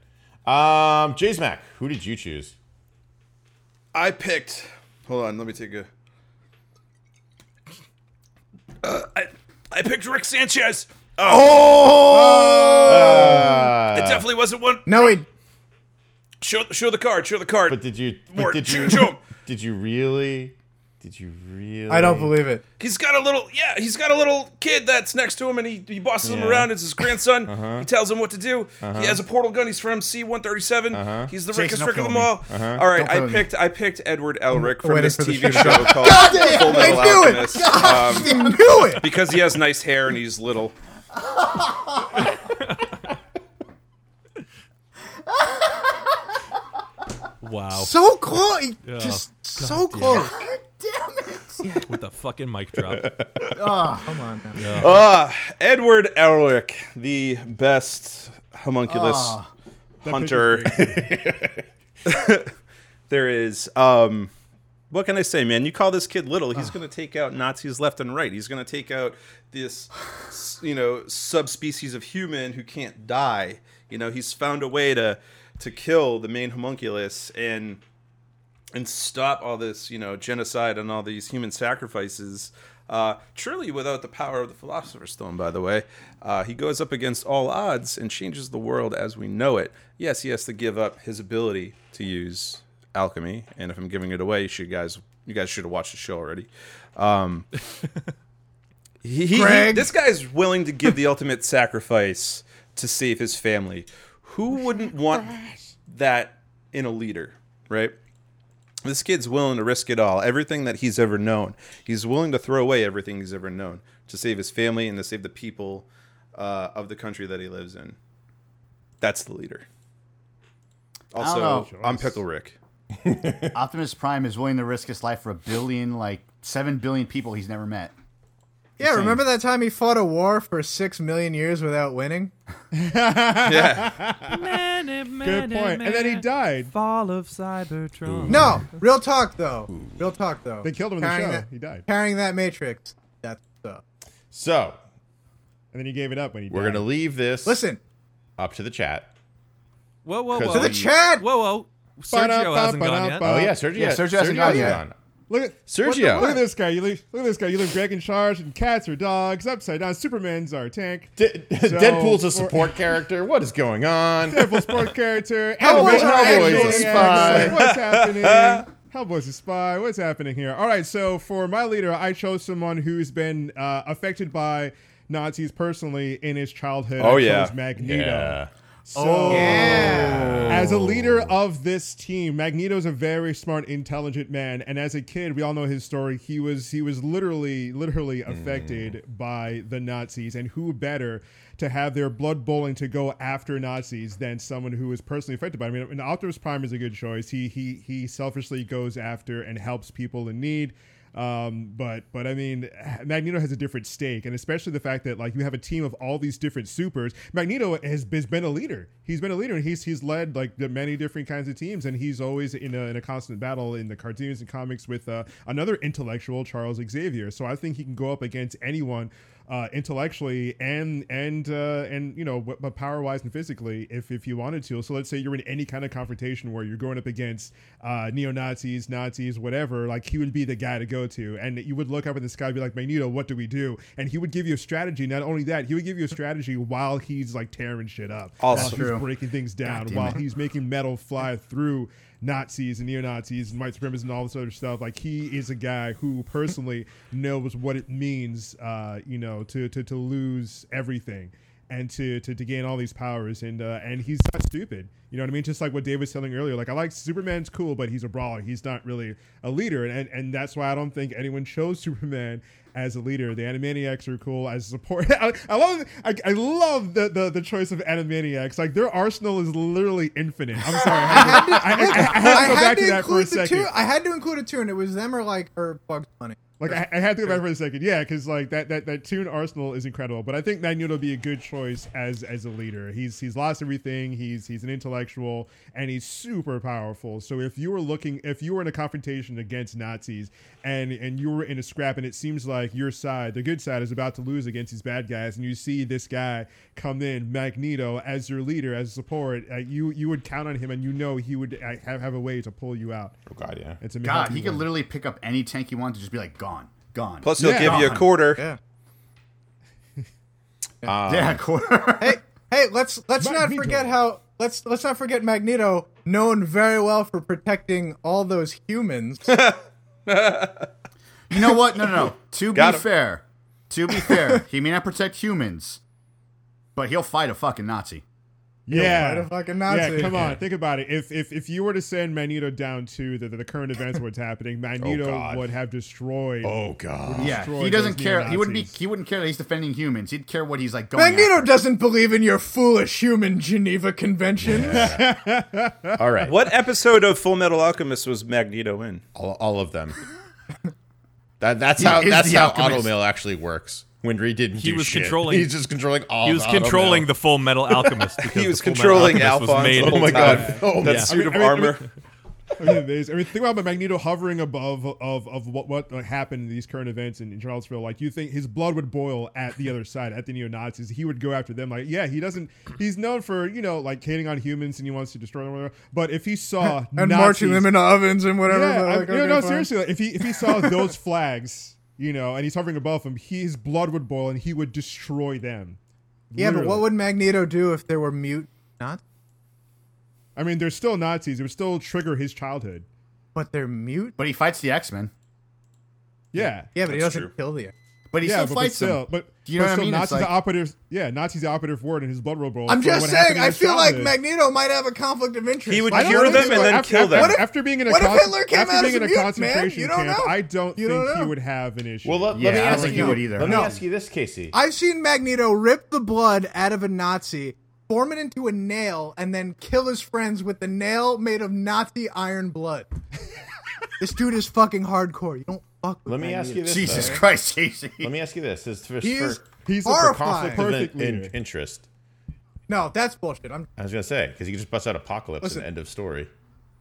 S1: Um, Jay's Mac, who did you choose?
S5: I picked. Hold on, let me take a. Uh, I I picked Rick Sanchez. Oh, it definitely wasn't one.
S4: No, he
S5: Show show the card. Show the card.
S1: But did you?
S5: Mort,
S1: But did you?
S5: shoot him.
S1: Did you really? Did you really?
S4: I don't believe it.
S5: he's got a little. Yeah, he's got a little kid that's next to him, and he, he bosses
S1: Yeah.
S5: him around. It's his grandson. He tells him what to do. He has a portal gun. He's from C-137. He's the
S6: Jason,
S5: richest
S6: don't
S5: Rick of
S6: kill
S5: them
S6: me.
S5: all. All right,
S6: Don't kill
S5: I
S6: me.
S5: picked. I picked Edward Elric from
S4: Waiting
S5: this
S4: for the
S5: TV
S4: shootout.
S5: show called
S6: damn,
S5: Full Metal
S4: I knew it.
S5: Alchemist. Um,
S4: He knew it.
S5: because he has nice hair and he's little.
S3: Wow.
S4: So close. Just so close.
S3: With the fucking mic drop.
S4: Come on. Now.
S5: Ah, Edward Elric, the best homunculus hunter. there is. Um, what can I say, man? You call this kid little, he's going to take out Nazis left and right. He's going to take out this, s- you know, subspecies of human who can't die. You know, he's found a way to to kill the main homunculus and and stop all this, you know, genocide and all these human sacrifices. Uh, truly, without the power of the Philosopher's Stone, by the way, uh, he goes up against all odds and changes the world as we know it. Yes, he has to give up his ability to use alchemy, and if I'm giving it away, you should guys, you guys should have watched the show already. Um, he, he- he-
S4: Greg.
S5: this guy's willing to give the ultimate sacrifice to save his family. Who wouldn't want that in a leader, right? this kid's willing to risk it all everything that he's ever known he's willing to throw away everything he's ever known to save his family and to save the people uh, of the country that he lives in that's the leader also
S6: know.
S5: i'm pickle rick
S6: Optimus Prime is willing to risk his life for a billion, like seven billion people he's never met.
S4: Yeah, remember that time he fought a war for six million years without winning?
S5: yeah
S2: Good point. And then he died.
S3: Fall of Cybertron.
S4: No, real talk though. Real talk though.
S2: They killed him in the
S4: Carrying
S2: show.
S4: that-
S2: He died.
S4: Carrying that matrix. That's stuff.
S1: So
S2: And then he gave it up when he
S1: we're
S2: died.
S1: gonna leave this
S4: Listen
S1: up to the chat.
S3: Whoa, whoa,
S1: 'Cause
S3: whoa.
S1: of
S4: to the chat.
S3: Whoa, whoa. Sergio hasn't gone yet.
S1: Oh yeah, Sergio.
S6: Uh, Yeah, Sergio hasn't
S1: hasn't
S6: gone yet.
S1: gone.
S2: Look at
S1: Sergio.
S2: what the- Look at this guy. You leave. Look at this guy. You leave Greg in charge, and cats are dogs. Upside down. Superman's our tank.
S1: De- Deadpool's a support character. What is going on?
S2: Deadpool sport character.
S1: Hellboy's
S2: Animal
S1: our
S2: action
S1: Hellboy's a
S2: action.
S1: spy.
S2: What's happening? Hellboy's a spy. What's happening here? All right. So for my leader, I chose someone who's been uh, affected by Nazis personally in his childhood.
S5: Oh,
S2: I
S5: yeah.
S2: chose Magneto.
S1: Yeah.
S2: So, Oh. as a leader of this team, Magneto's a very smart, intelligent man, and as a kid, we all know his story. He was he was literally literally affected by the Nazis, and who better to have their blood boiling to go after Nazis than someone who was personally affected by? It? I mean, and Optimus Prime is a good choice. He he he selfishly goes after and helps people in need. Um, but but I mean, Magneto has a different stake, and especially the fact that like you have a team of all these different supers. Magneto has, has been a leader. He's been a leader, and he's he's led like the many different kinds of teams, and he's always in a, in a constant battle in the cartoons and comics with uh, another intellectual, Charles Xavier. So I think he can go up against anyone uh, intellectually and and uh, and you know but power wise and physically if if you wanted to. So let's say you're in any kind of confrontation where you're going up against uh, neo Nazis, Nazis, whatever. Like he would be the guy to go to, and you would look up in the sky, and be like Magneto, what do we do? And he would give you a strategy. Not only that, he would give you a strategy while he's like tearing shit up,
S5: Also
S2: while
S6: true.
S2: he's breaking things down,
S6: damn
S2: while
S6: it.
S2: he's making metal fly through. Nazis and neo Nazis and white supremacists and all this other stuff. Like he is a guy who personally knows what it means, uh, you know, to, to to lose everything and to to, to gain all these powers. And uh, and he's not stupid. You know what I mean? Just like what Dave was telling earlier. Like I like Superman's cool, but he's a brawler. He's not really a leader, and and, and that's why I don't think anyone chose Superman as a leader. The Animaniacs are cool as support. I, I love I, I love the, the the choice of Animaniacs. Like their arsenal is literally infinite. I'm sorry. I had to, I, I, I had to go back to that for a
S4: include the
S2: second.
S4: two. I had to include a tune. It was them or like or Bugs Bunny.
S2: Like I, I had to go back for a second. Yeah, because like that, that that tune arsenal is incredible. But I think Magneto would be a good choice as as a leader. He's he's lost everything. He's he's an intellectual and he's super powerful. So if you were looking, if you were in a confrontation against Nazis and and you were in a scrap, and it seems like your side, the good side, is about to lose against these bad guys, and you see this guy come in, Magneto, as your leader, as support, uh, you you would count on him, and you know he would uh, have have a way to pull you out.
S1: Oh God, yeah.
S2: It's a
S6: God, he could literally pick up any tank he wanted to just be like, gone, gone.
S5: Plus, he'll
S2: Yeah.
S5: give you a
S6: Gone.
S5: quarter.
S4: Yeah.
S6: yeah, quarter.
S4: Hey, hey, let's let's
S2: Magneto.
S4: not forget how let's let's not forget Magneto, known very well for protecting all those humans.
S6: You know what? No, no, no. To be
S5: Got him.
S6: fair, to be fair, he may not protect humans, but he'll fight a fucking Nazi.
S2: Yeah,
S4: He'll fight a fucking Nazi.
S2: Yeah, come on, think about it. If if if you were to send Magneto down to the the, the current events what's happening, Magneto
S1: God.
S2: would have destroyed.
S1: Oh God.
S6: Yeah,
S2: Destroy
S6: he doesn't
S2: those
S6: care. He wouldn't be.
S2: neo-Nazis.
S6: He wouldn't care that he's defending humans. He'd care what he's like going.
S4: Magneto
S6: after.
S4: doesn't believe in your foolish human Geneva Convention.
S1: All right.
S5: What episode of Full Metal Alchemist was Magneto in?
S1: All, all of them. That that's
S6: He
S1: how
S6: is
S1: that's
S6: the
S1: how
S6: alchemist.
S1: automail actually works. Winry didn't.
S3: He
S1: do
S3: was
S1: shit.
S3: controlling-
S1: He's just controlling all.
S7: He was
S1: of Automail.
S7: controlling the Full Metal Alchemist. because
S5: He was
S7: the Full Metal
S5: controlling
S7: Alchemist was
S5: Alphonse
S7: made
S5: the
S1: Oh
S5: whole
S1: my
S5: time.
S1: God. Oh
S5: That
S1: yeah.
S5: suit of
S2: I mean- I mean-
S5: armor.
S2: I mean, amazing. I mean, think about Magneto hovering above of of what what uh, happened in these current events in, in Charlottesville. Like you think his blood would boil at the other side, at the neo Nazis. He would go after them. Like yeah, he doesn't. He's known for you know like hating on humans and he wants to destroy them. or whatever. But if he saw
S4: and
S2: Nazis,
S4: marching them into ovens and whatever.
S2: Yeah,
S4: but,
S2: I-
S4: like,
S2: no,
S4: okay,
S2: no,
S4: fine.
S2: seriously. Like, if he if he saw those flags, you know, and he's hovering above him, he, his blood would boil and he would destroy them.
S4: Yeah, but
S2: Literally.
S4: what would Magneto do if there were mute? Not,
S2: I mean? They're still Nazis. It would still trigger his childhood.
S4: but they're mute.
S6: But he fights the X Men.
S2: Yeah,
S4: Yeah, but he
S5: That's
S4: doesn't
S5: true.
S4: kill the.
S6: But he
S2: yeah,
S6: still
S2: but, but
S6: fights
S2: still,
S6: them.
S2: but
S6: Do you know
S2: but
S6: what I
S2: still
S6: mean? It's
S2: Nazis
S6: like-
S2: the operative. Yeah, Nazis the operative word, and his blood will boil.
S4: I'm
S2: for
S4: just
S2: what happened
S4: saying.
S2: in
S4: I
S2: his
S4: feel like
S2: childhood.
S4: Magneto might have a conflict of interest.
S5: He would
S4: I don't
S5: cure
S4: think
S5: them
S4: so.
S5: and then
S2: after,
S5: kill them.
S2: After,
S5: What
S4: if-
S2: after being in a,
S4: what if
S2: concent-
S4: Hitler came
S2: after
S4: out
S2: being
S4: as
S2: in
S4: a
S2: a
S4: mutant, man?
S2: concentration
S4: You don't
S2: camp,
S4: know.
S2: I don't
S4: You
S2: think
S4: don't
S2: he
S4: know.
S2: would have an issue.
S1: Well, let,
S6: Yeah,
S1: let me
S6: I don't
S1: ask
S6: think
S1: you.
S6: he would either.
S1: Let
S6: No.
S1: me ask you this, Casey.
S4: I've seen Magneto rip the blood out of a Nazi, form it into a nail, and then kill his friends with the nail made of Nazi iron blood. this dude is fucking hardcore. You don't fuck with
S1: Let me
S4: Magneto.
S1: ask you this.
S6: Jesus
S1: though.
S6: Christ, Casey.
S1: Let me ask you this. Is for,
S4: He is
S1: for
S2: he's a
S4: horrifying.
S1: conflict of
S2: Perfect
S1: in- in-
S2: leader.
S1: interest.
S4: No, that's bullshit. I'm
S1: I was gonna say because you could just bust out apocalypse
S4: Listen.
S1: and end of story.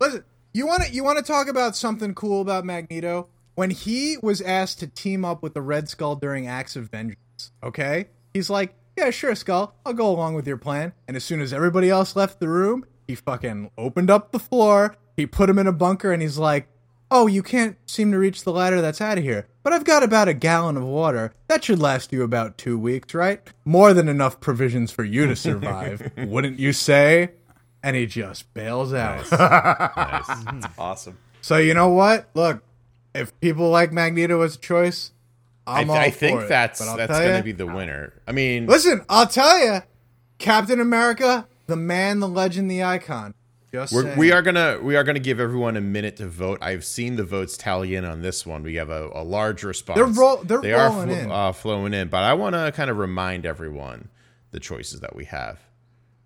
S4: Listen, you want to you want to talk about something cool about Magneto when he was asked to team up with the Red Skull during Acts of Vengeance. Okay, he's like, yeah, sure, Skull, I'll go along with your plan. And as soon as everybody else left the room, he fucking opened up the floor. He put him in a bunker, and he's like, oh, you can't seem to reach the ladder that's out of here. But I've got about a gallon of water. That should last you about two weeks, right? More than enough provisions for you to survive, wouldn't you say? And he just bails out.
S5: Awesome.
S4: So you know what? Look, if people like Magneto as a choice,
S1: I,
S4: I'm
S1: th-
S4: all
S1: I
S4: for
S1: think
S4: it.
S1: that's
S4: But I'll
S1: that's
S4: tell
S1: gonna
S4: ya-
S1: be the winner. I mean,
S4: Listen, I'll tell you, Captain America, the man, the legend, the icon. Just
S1: We're,
S4: saying.
S1: we are gonna we are gonna give everyone a minute to vote. I've seen the votes tally in on this one. We have a, a large response.
S4: They're roll- they're
S1: They are
S4: rolling in.
S1: Uh, flowing in. But I want to kind of remind everyone the choices that we have.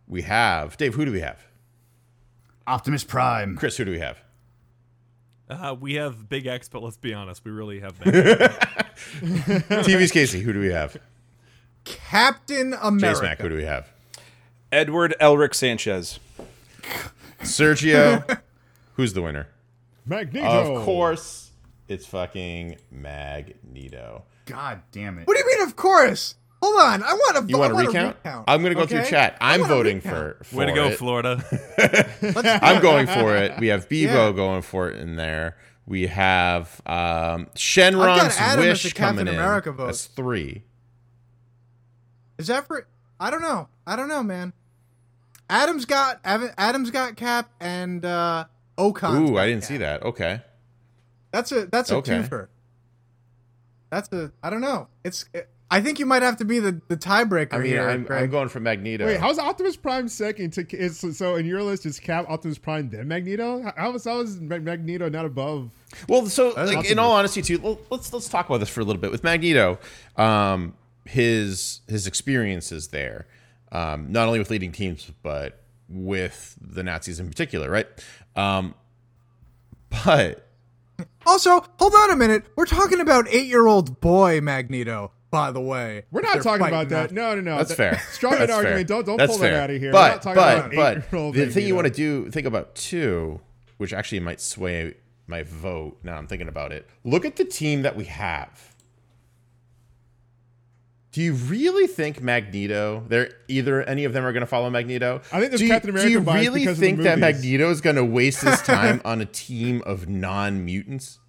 S1: We have Dave. Who do we have?
S6: Optimus Prime.
S1: Chris. Who do we have?
S3: Alchemist. Uh, we have Big X, but let's be honest, we really have that.
S1: TV's Casey, who do we have?
S4: Captain
S1: Jay
S4: America.
S1: Smack, who do we have?
S5: Edward Elric Sanchez.
S1: Sergio, who's the winner?
S2: Magneto.
S1: Of course, it's fucking Magneto.
S6: God damn it.
S4: What do you mean? Of course. Hold on. I want to.
S1: You
S4: want to
S1: recount? I'm going to go through chat. I'm voting for, for
S7: Way to go,
S1: it.
S7: Florida.
S1: I'm going for it. We have Bebo
S4: Yeah.
S1: going for it in there. We have um,
S4: I've got
S1: Shenron's
S4: Adam as
S1: wish
S4: the Captain
S1: coming in.
S4: America vote.
S1: That's three.
S4: Is that for? I don't know. I don't know, man. Adam's got Adam- Adam's got Cap and uh, Ocon.
S1: Ooh, I didn't see that. Okay.
S4: That's a that's a
S1: Okay.
S4: twofer. That's a I don't know. It's I think you might have to be the the tiebreaker
S1: I mean,
S4: here.
S1: I'm,
S4: Greg.
S1: I'm going for Magneto.
S2: Wait, how's Optimus Prime second to is, so in your list is Cap, Optimus Prime, then Magneto? How- How was how is Mag- Magneto not above?
S1: Well, so like,
S2: lots
S1: in
S2: of
S1: all honesty, too, l- let's let's talk about this for a little bit with Magneto. Um, his his experiences there, um, not only with leading teams but with the Nazis in particular, right? Um, but
S4: Also, hold on a minute. We're talking about eight year old boy Magneto. By the way,
S2: We're not
S4: They're
S2: talking
S4: fighting
S2: about that. No, no, no.
S1: that's
S2: Oh, That-
S1: fair.
S2: Strong
S1: That's
S2: an argument.
S1: fair.
S2: Don't don't
S1: That's
S2: pull
S1: fair.
S2: that out of here. We're not
S1: But
S2: talking
S1: but
S2: about
S1: but
S2: eight-year-old
S1: the thing you
S2: Magneto.
S1: want to do think about too, which actually might sway my vote. Now I'm thinking about it. Look at the team that we have. Do you really think Magneto? They're either any of them are going to follow Magneto.
S2: I think there's
S1: do you,
S2: Captain
S1: Do you
S2: America bias
S1: really
S2: because of the
S1: think that
S2: movies.
S1: Magneto is going to waste his time on a team of non mutants?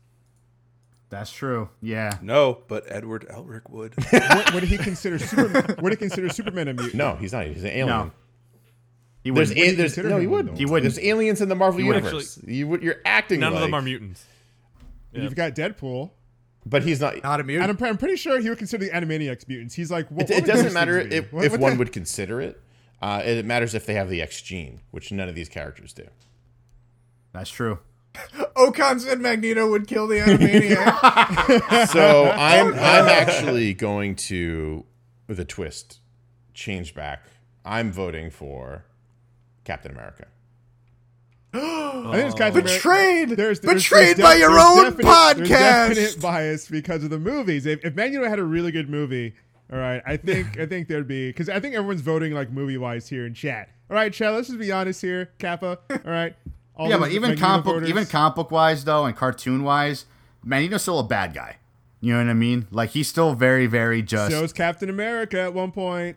S6: That's true. Yeah.
S5: No, but Edward Elric would.
S2: Would- would he consider Superman? would he consider Superman a mutant?
S1: No, he's not. He's an alien.
S6: No. He
S1: There's,
S6: wouldn't.
S1: a, there's
S2: consider
S1: no,
S2: him
S1: he
S2: one,
S1: wouldn't.
S2: though?
S6: He wouldn't.
S1: There's aliens in the Marvel
S7: wouldn't.
S1: universe. you would, you're acting
S7: None
S1: like,
S7: of them are mutants.
S2: You've got Deadpool,
S1: But he's not.
S4: Not immune.
S2: and I'm, pre- I'm pretty sure he would consider the Animaniacs mutants. He's like, what,
S1: it, it doesn't matter if,
S2: What,
S1: if
S2: what
S1: one
S2: the-
S1: would consider it. Uh, it matters if they have the X gene, which none of these characters do.
S6: That's true.
S4: Ocon said Magneto would kill the Animaniac.
S1: So
S4: Oh,
S1: I'm I'm actually going to with a twist, change back. I'm voting for Captain America.
S2: I think it's Captain America.
S4: Betrayed.
S2: There's, there's,
S4: Betrayed
S2: there's de-
S4: by your
S2: there's
S4: own
S2: definite-
S4: podcast.
S2: There's definite bias because of the movies. If, if Magneto had a really good movie, all right, I think I think there'd be because I think everyone's voting like movie wise here in chat. All right, chat. Let's just be honest here, Kappa. All right. All
S6: yeah,
S2: those
S6: but even
S2: Magneto
S6: comic book,
S2: voters.
S6: even comic book wise though, and cartoon wise, Magneto's still a bad guy. You know what I mean? Like he's still very, very just.
S2: So is Captain America at one point.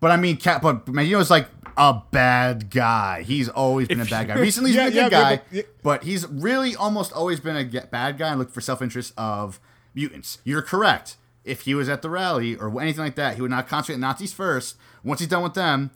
S6: but I mean, Cap, but Magneto's like a bad guy. He's always been a bad guy. Recently, he's
S2: Yeah,
S6: been a
S2: yeah,
S6: good
S2: yeah,
S6: guy,
S2: but- yeah.
S6: but he's really almost always been a ge- bad guy and looked for self interest of mutants. You're correct. If he was at the rally or anything like that, he would not concentrate on Nazis first. Once he's done with them,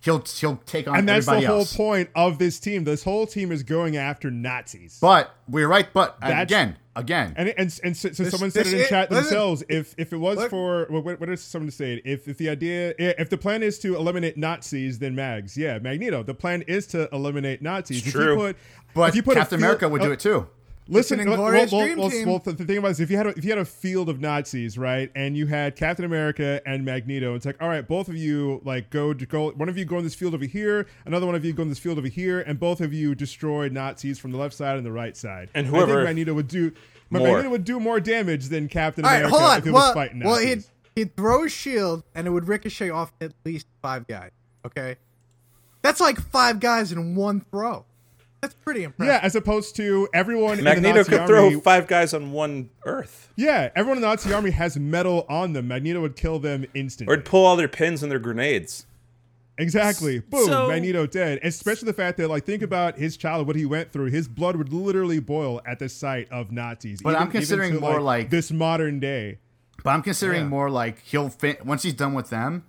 S6: he'll he'll take on
S2: And that's the
S6: everybody
S2: whole
S6: else.
S2: point of this team. This whole team is going after Nazis.
S6: But we're right. But
S2: That's-
S6: again, again,
S2: And and, and so, so
S4: This-
S2: someone said
S4: this
S2: it in
S4: it-
S2: chat
S4: listen.
S2: themselves. If if it was
S4: Look.
S2: for what, what, what is someone to say? If if the idea if the plan is to eliminate Nazis, then Mags, yeah, Magneto. The plan is to eliminate Nazis. If you
S5: True.
S2: put-
S6: but
S2: if you put a
S6: Captain
S2: field-
S6: America would
S2: uh,
S6: do it too.
S2: Listen,
S4: It's an
S2: well, well,
S4: Inglourious
S2: well,
S4: Dream
S2: well,
S4: Team.
S2: well, the thing about it is if you had a, if you had a field of Nazis, right, and you had Captain America and Magneto, it's like all right, both of you like go to go. One of you go in this field over here, another one of you go in this field over here, and both of you destroy Nazis from the left side and the right side.
S5: And
S2: I
S5: whoever-
S2: think Magneto would do. But
S5: More.
S2: Magneto would do more damage than Captain
S4: All right,
S2: America
S4: hold on.
S2: if he was
S4: Well,
S2: fighting
S4: well,
S2: Nazis.
S4: he'd he'd throw his shield and it would ricochet off at least five guys. Okay, that's like five guys in one throw. That's pretty impressive.
S2: yeah, as opposed to everyone. in the
S5: Magneto
S2: Nazi
S5: could throw
S2: army-
S5: five guys on one Earth,
S2: Yeah, everyone in the Nazi army has metal on them. Magneto would kill them instantly.
S5: or it'd pull all their pins and their grenades.
S2: Exactly. Boom.
S3: so-
S2: Magneto dead. Especially the fact that, like, think about his childhood, what he went through. His blood would literally boil at the sight of Nazis.
S6: But I'm considering
S2: to,
S6: more like-
S2: this modern day.
S6: But I'm considering more like he'll fit once he's done with them.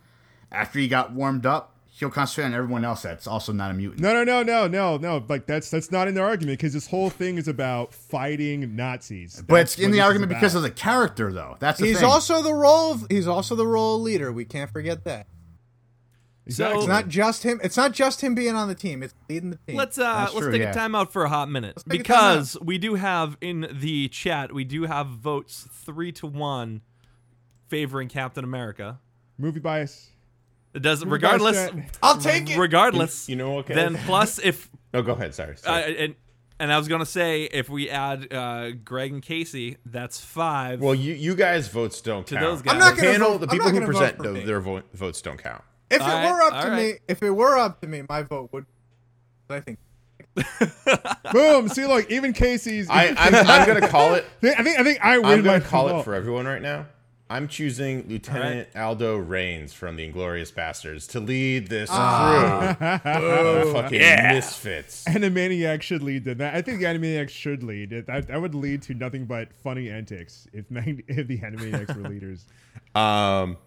S6: After he got warmed up, he'll concentrate on everyone else that's also not a mutant.
S2: No, no, no, no, no, no. Like that's that's not in the argument because this whole thing is about fighting Nazis.
S6: but
S2: That's
S6: it's in
S2: what
S6: the
S2: this is
S6: argument because of
S2: about.
S6: the character, though. That's the
S4: he's
S6: thing.
S4: also the role. Of, he's also the role of leader. We can't forget that.
S2: Exactly.
S4: It's not just him. It's not just him being on the team. It's leading the team.
S3: Let's uh
S6: That's
S3: let's
S6: true,
S3: take
S6: yeah.
S3: a timeout for a hot minute
S4: take a
S3: because we do have in the chat we do have votes three to one favoring Captain America.
S2: movie bias.
S3: It does
S2: Movie
S3: regardless.
S2: bias chat.
S4: I'll take it.
S3: Regardless,
S1: You know what, guys?
S3: Then plus if
S1: No, go ahead. Sorry.
S3: uh,
S1: sorry.
S3: and And I was gonna say if we add uh, Greg and Casey, that's five.
S1: Well, you you guys votes don't count.
S3: those guys.
S1: The
S3: I'm not
S4: gonna
S1: panel,
S4: vote-
S1: the
S4: I'm
S1: people
S4: not
S1: who
S4: gonna vote
S1: present
S4: for
S1: tho-
S4: me.
S1: their vo- votes don't count.
S4: If
S3: All
S4: it
S3: right,
S4: were up
S3: all
S4: to me,
S3: right.
S4: if it were up to me, my vote would. I think
S2: Boom. See, look, even Casey's.
S1: I, I'm, I'm gonna call it.
S2: I think I think I win
S1: I'm
S2: my
S1: gonna call
S2: fault.
S1: it for everyone right now. I'm choosing Lieutenant Aldo Rains from the Inglorious Bastards to lead this
S3: Ah.
S1: crew of fucking misfits.
S2: Animaniac should lead to that. I think Animaniacs should lead. It- That, that would lead to nothing but funny antics if Mag- if the Animaniacs were leaders.
S1: Um,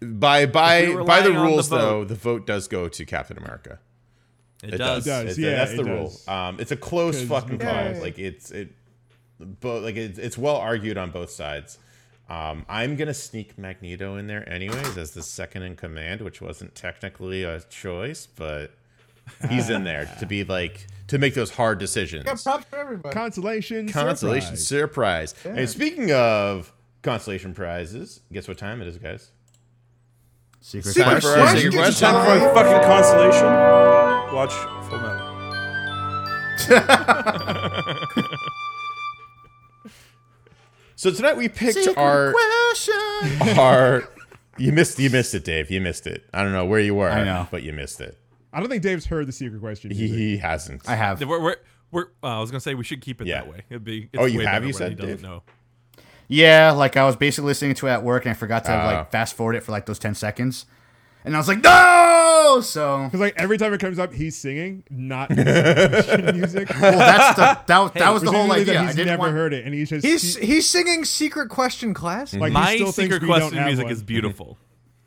S1: by by
S3: If we were
S1: by the
S3: relying on the
S1: rules
S3: vote.
S1: though, the vote does go to Captain America.
S3: it, does.
S2: does.
S1: It's-
S2: yeah,
S1: that's
S2: it
S1: the
S2: does.
S1: rule. Um, it's a close
S2: 'Cause-
S1: fucking call.
S4: Yeah.
S1: Like it's it, both like it's, it's well argued on both sides. Um, I'm gonna sneak Magneto in there anyways as the second in command, which wasn't technically a choice, but he's in there to be like to make those hard decisions.
S4: yeah, props for everybody.
S2: Consolation.
S1: consolation
S2: surprise.
S1: surprise. And speaking of consolation prizes, guess what time it is, guys?
S6: Secret
S1: Time
S4: Secret
S1: for our secret
S4: Question
S1: question.
S5: Time for a fucking consolation. Watch Full Metal.
S1: So tonight we picked our our. You missed. You missed it, Dave. You missed it. I don't know where you were.
S6: I know.
S1: but you missed it.
S2: I don't think Dave's heard the secret question.
S1: He,
S2: music.
S1: he hasn't.
S6: I have.
S3: We're, we're, we're, uh, I was gonna say we should keep it
S1: Yeah.
S3: that way. It'd be. It's
S1: Oh, you
S3: way
S1: have,
S3: better
S1: you
S3: when
S1: said,
S3: he doesn't
S1: Dave?
S3: know.
S6: Yeah, like I was basically listening to it at work and I forgot to
S1: Ah.
S6: like fast forward it for like those 10 seconds. And I was like, no! So,
S2: Because like every time it comes up, he's singing, not music.
S6: well, that's the, that, that was the
S2: Which
S6: whole
S2: means that
S6: idea. I
S2: He's
S6: didn't
S2: never
S6: want,
S2: heard it, and he's just
S4: He's
S2: he-
S4: he's singing secret question class.
S2: like
S3: My
S2: he still thinks
S3: secret
S2: we don't
S3: question
S2: have
S3: music
S2: one.
S3: is beautiful.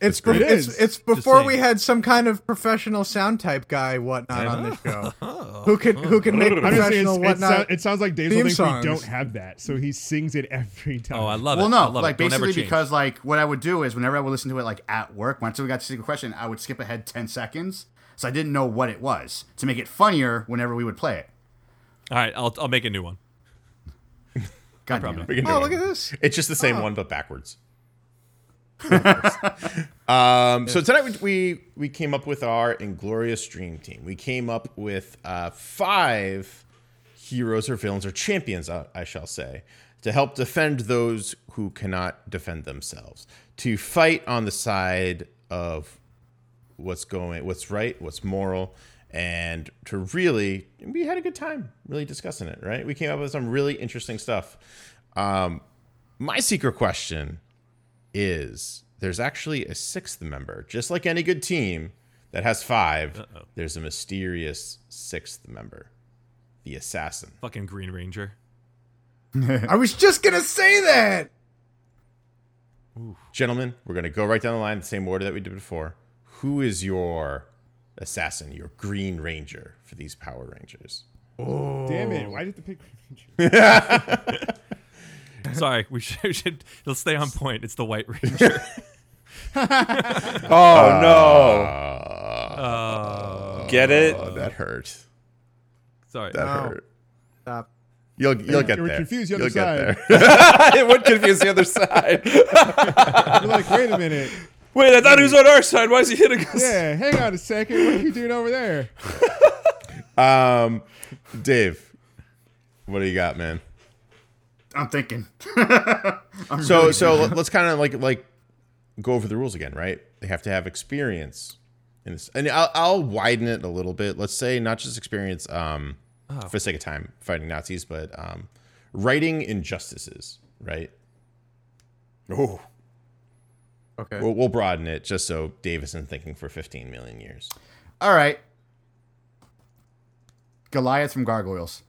S4: It's
S2: great.
S4: be-
S2: It
S4: it's,
S2: is.
S4: it's before
S3: saying.
S4: we had some kind of professional sound type guy whatnot on the show who can who can make
S2: I'm just saying,
S4: professional
S2: it's, it, sound,
S4: whatnot.
S2: it sounds like Dave
S4: theme
S2: thinks we don't
S4: songs.
S2: have that, so he sings it every time.
S3: Oh, I love
S6: well,
S3: it. I
S6: no,
S3: love
S6: like
S3: it. Don't ever
S6: basically
S3: change.
S6: because like what I would do is whenever I would listen to it like at work, once we got to secret question, I would skip ahead ten seconds, so I didn't know what it was to make it funnier whenever we would play it.
S3: All right, I'll I'll make a new one.
S6: God damn it.
S1: We can do
S4: Oh,
S1: it.
S4: look at this.
S1: It's just the same one, but backwards. um, so tonight we, we we came up with our Inglorious Dream Team. We came up with uh, five heroes or villains or champions, uh, I, I shall say, to help defend those who cannot defend themselves, to fight on the side of what's going, what's right, what's moral, and to really, we had a good time really discussing it. Right, we came up with some really interesting stuff. Um, my secret question is there's actually a sixth member. Just like any good team that has 5 there's a mysterious sixth member, the assassin.
S3: Fucking Green Ranger.
S4: I was just gonna say that.
S1: Gentlemen, we're going to go right down the line, the same order that we did before. Who is your assassin, your Green Ranger for these Power Rangers?
S2: Damn
S3: Oh.
S2: it! Why did the pick?
S3: Sorry, we should, we should let's stay on point. It's the White Ranger.
S5: Oh no!
S1: Uh,
S5: Get it?
S1: Oh, Uh, that hurt.
S3: Sorry.
S1: That hurt.
S4: Stop.
S1: You'll, you'll get
S2: you were
S1: there.
S2: confused the
S1: you'll
S2: other side.
S1: get there. it would confuse the other side.
S2: You're like, wait a minute.
S5: Wait, I thought he was on our side. Why is he hitting us?
S2: Yeah, hang on a second. What are you doing over there?
S1: Um, Dave, what do you got, man?
S6: I'm thinking. I'm
S1: So
S6: really-
S1: so let- let's kind of like like go over the rules again, right? They have to have experience, and it's, and I'll, I'll widen it a little bit. Let's say not just experience, um, for the sake of time, fighting Nazis, but um, writing injustices, right? Oh,
S4: Okay.
S1: we'll, we'll broaden it just so Dave isn't thinking for fifteen million years.
S6: all right, Goliath from Gargoyles.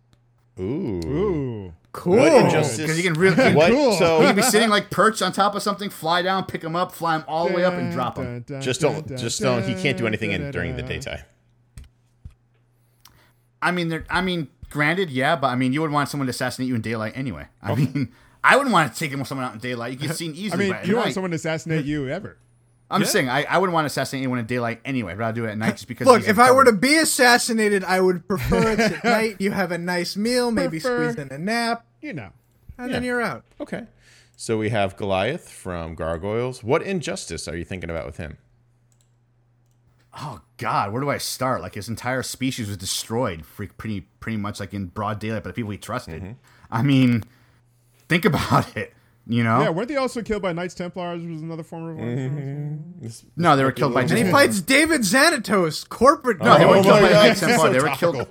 S1: Ooh,
S2: Ooh,
S4: cool.
S1: what injustice?
S6: 'Cause you can really-
S1: what?
S2: Cool.
S6: He'd
S1: So
S6: be sitting like perched on top of something, fly down, pick him up, fly him all the way up, and drop him.
S1: just don't, just don't. He can't do anything in during the daytime.
S6: I mean, there- I mean, granted, yeah, but I mean, you would want someone to assassinate you in daylight anyway. I
S3: Oh.
S6: mean, I wouldn't want to take him with someone out in daylight. You get seen
S2: I
S6: easily.
S2: mean,
S6: but at
S2: you don't want
S6: night-
S2: someone to assassinate you ever.
S6: I'm just saying, I, I wouldn't want to assassinate anyone in daylight anyway. I'd rather do it at night just because.
S4: Look,
S6: he's
S4: if I were to
S6: uncovered.
S4: be assassinated, I would prefer it's at night. You have a nice meal, maybe
S2: Prefer-
S4: squeeze in a nap,
S2: You know.
S4: and then you're out.
S1: Okay. So we have Goliath from Gargoyles. What injustice are you thinking about with him?
S6: oh god, where do I start? Like his entire species was destroyed, fre- pretty pretty much like in broad daylight by the people he trusted.
S1: Mm-hmm.
S6: I mean, think about it. You know,
S2: Yeah, weren't they also killed by Knights Templars? Was another form of
S6: Mm-hmm. no, they were killed by.
S4: And he
S6: No,
S4: fights David Xanatos, corporate guy.
S6: they
S1: Oh
S6: were
S1: my
S6: killed by
S1: God,
S6: Knights
S1: this is
S6: Templar.
S1: so
S6: They were killed.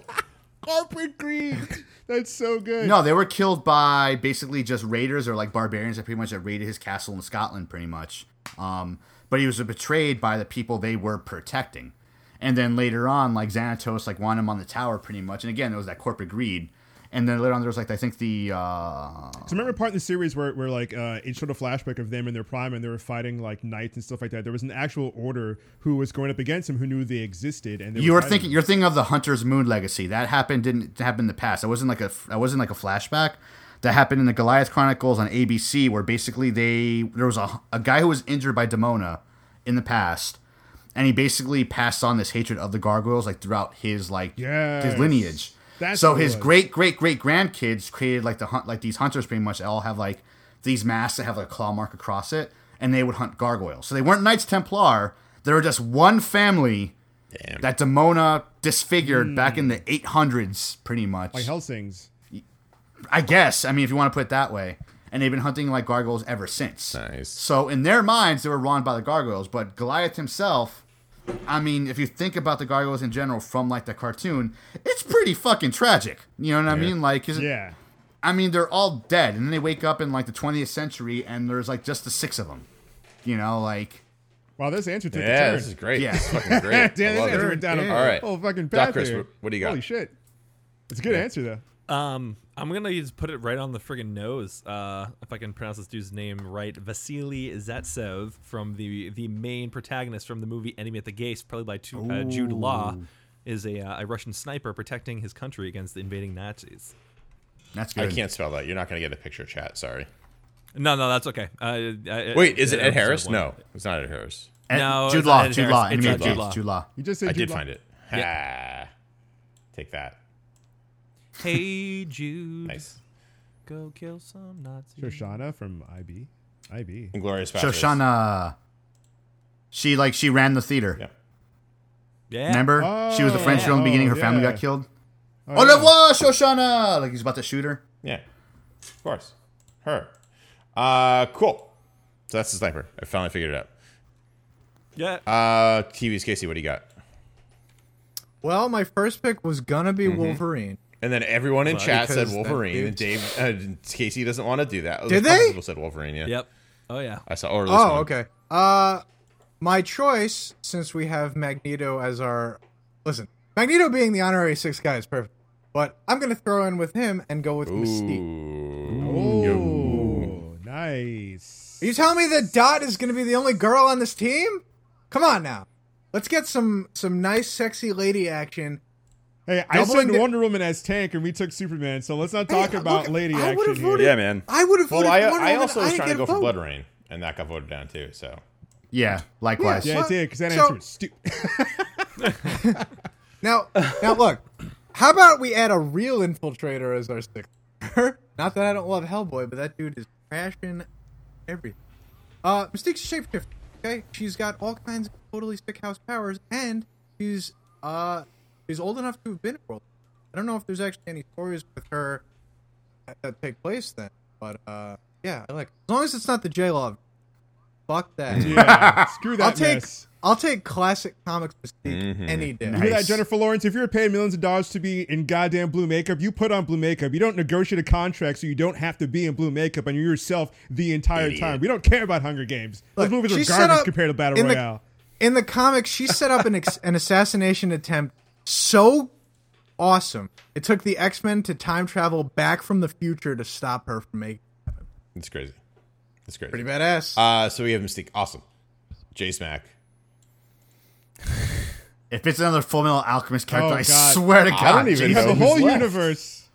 S2: corporate greed. That's so good.
S6: No, they were killed by basically just raiders or like barbarians that pretty much that raided his castle in Scotland, pretty much. Um, but he was betrayed by the people they were protecting, and then later on, like Xanatos, like wanted him on the tower, pretty much. And again, it was that corporate greed. And then later on, there was like I think the uh,
S2: So remember a part in the series where, where like uh, it showed a flashback of them in their prime and they were fighting like knights and stuff like that. There was an actual order who was going up against him who knew they existed and they
S6: you
S2: were
S6: were
S2: fighting
S6: thinking you're thinking of the Hunter's Moon Legacy that happened didn't happen in the past. That wasn't like a that wasn't like a flashback. That happened in the Goliath Chronicles on ABC, where basically they there was a, a guy who was injured by Demona in the past, and he basically passed on this hatred of the gargoyles like throughout his like
S2: Yes.
S6: his lineage.
S2: That's
S6: so
S2: what it
S6: his
S2: was.
S6: great great great grandkids created like the hunt like these hunters pretty much all have like these masks that have like a claw mark across it, and they would hunt gargoyles. So they weren't Knights Templar. They were just one family that Demona disfigured
S7: Hmm.
S6: back in the 800s, pretty much.
S2: like Helsings.
S6: I guess. I mean, if you want to put it that way. And they've been hunting like gargoyles ever since.
S1: Nice.
S6: So in their minds, they were wronged by the gargoyles. But Goliath himself, I mean, if you think about the gargoyles in general from like the cartoon, it's pretty fucking tragic. You know what I mean? Like, is it-
S2: Yeah.
S6: I mean, they're all dead, and then they wake up in like the 20th century, and there's like just the six of them. You know, like
S2: Wow, this answer took
S1: Yeah,
S2: a
S1: this is
S2: turn.
S1: great.
S6: Yeah.
S1: This is fucking great. I
S2: Damn, this
S1: love
S2: answer went
S1: it.
S2: down. a
S1: All right.
S2: Oh, fucking
S1: Doc
S2: path
S1: Chris,
S2: here.
S1: what- what do you got?
S2: Holy shit. It's a good answer though.
S7: Um, I'm gonna just put it right on the friggin' nose. Uh, if I can pronounce this dude's name right, Vasily Zetsov from the the main protagonist from the movie Enemy at the Gates, played by Tu- uh, Jude Law, is a uh, a Russian sniper protecting his country against the invading Nazis.
S6: that's
S1: I
S6: good.
S1: can't spell that. You're not going to get a picture chat. Sorry.
S7: No, no, that's okay. Uh, I,
S1: Wait, is
S7: I-
S1: it
S7: I
S1: Ed
S7: just
S1: Harris?
S7: one.
S1: No, it's not Ed Harris.
S6: And
S7: No,
S6: Eh, Jude
S7: it's
S6: Law,
S7: not Ed
S6: Jude
S7: Harris.
S6: Law,
S7: It's,
S6: enemy of
S7: uh,
S6: Jude
S7: Jude Law.
S6: Jude Law.
S2: You just said
S1: I
S2: Jude
S1: did
S2: Law.
S1: find it. Ha. Take that.
S7: Hey Jude,
S1: Nice.
S7: go kill some Nazis.
S2: Shoshana from IB. IB.
S1: Inglorious Bastards.
S6: Shoshana. She like she ran the theater.
S1: Yeah.
S7: Yeah.
S6: Remember? she was the French girl in the beginning. Her
S2: Oh,
S6: family
S2: yeah.
S6: got killed.
S2: Oh,
S6: Au
S2: yeah.
S6: revoir, Shoshana! Like he's about to shoot her.
S1: Yeah. Of course. Her. Uh, cool. So that's the sniper. I finally figured it out.
S7: Yeah.
S1: Uh, TV's Casey, what do you got?
S4: Well, my first pick was gonna be
S2: Mm-hmm.
S4: Wolverine.
S1: And then everyone in chat said
S4: because that
S1: Wolverine, and Dave uh, Casey doesn't want to do that. A
S4: Did
S1: couple
S4: they?
S1: People said Wolverine. Yeah.
S7: Yep. Oh yeah.
S1: I saw. Or
S4: Oh, okay. Uh, my choice, since we have Magneto as our listen, Magneto being the honorary sixth guy is perfect. But I'm gonna throw in with him and go with Mystique.
S1: Ooh.
S2: Oh, nice.
S4: Are you telling me that Dot is gonna be the only girl on this team? Come on now. Let's get some some nice, sexy lady action.
S2: Hey, I
S4: Doubling
S2: said
S4: the-
S2: Wonder Woman as tank, and we took Superman. So let's not talk
S4: Hey,
S2: about
S4: look,
S2: lady
S4: I would've
S2: action here.
S4: voted-
S5: Yeah, man.
S4: I would have
S1: Well,
S4: voted
S1: I,
S4: for Wonder
S1: I
S4: Woman.
S1: also was trying to
S4: didn't
S1: go
S4: vote.
S1: for Blood Rain, and that got voted down too. So
S6: Yeah, likewise.
S2: Yeah,
S4: What?
S2: it did because that
S4: So-
S2: answer was stupid.
S4: Now, now look. How about we add a real infiltrator as our sixth? Not that I don't love Hellboy, but that dude is trashing everything. Uh, Mystique's a shapeshifter. Okay, she's got all kinds of totally sick house powers, and she's uh, she's old enough to have been a world. I don't know if there's actually any stories with her that- that take place then, but uh, yeah, I like as long as it's not the J Love. Fuck that.
S2: yeah, screw that
S4: I'll take
S2: mess.
S4: I'll take classic comics Mystique any day.
S2: You hear that,
S6: Nice.
S2: Jennifer Lawrence? If you're paying millions of dollars to be in goddamn blue makeup, you put on blue makeup. You don't negotiate a contract, so you don't have to be in blue makeup, and you're yourself the entire time. We don't care about Hunger Games. Those
S4: Look,
S2: movies
S4: she
S2: are
S4: set
S2: garbage
S4: up
S2: compared to Battle
S4: in the-
S2: Royale.
S4: in the comics, she set up an ex- an assassination attempt so awesome. It took the X Men to time travel back from the future to stop her from making
S1: it's crazy. It's crazy.
S4: pretty badass.
S1: Uh, so we have Mystique. Awesome. J Smack.
S6: If it's another Full Metal Alchemist character,
S2: Oh,
S6: I
S2: God.
S6: swear to God,
S1: don't even
S2: You have
S1: know
S2: the
S1: who's
S2: whole
S1: left.
S2: universe.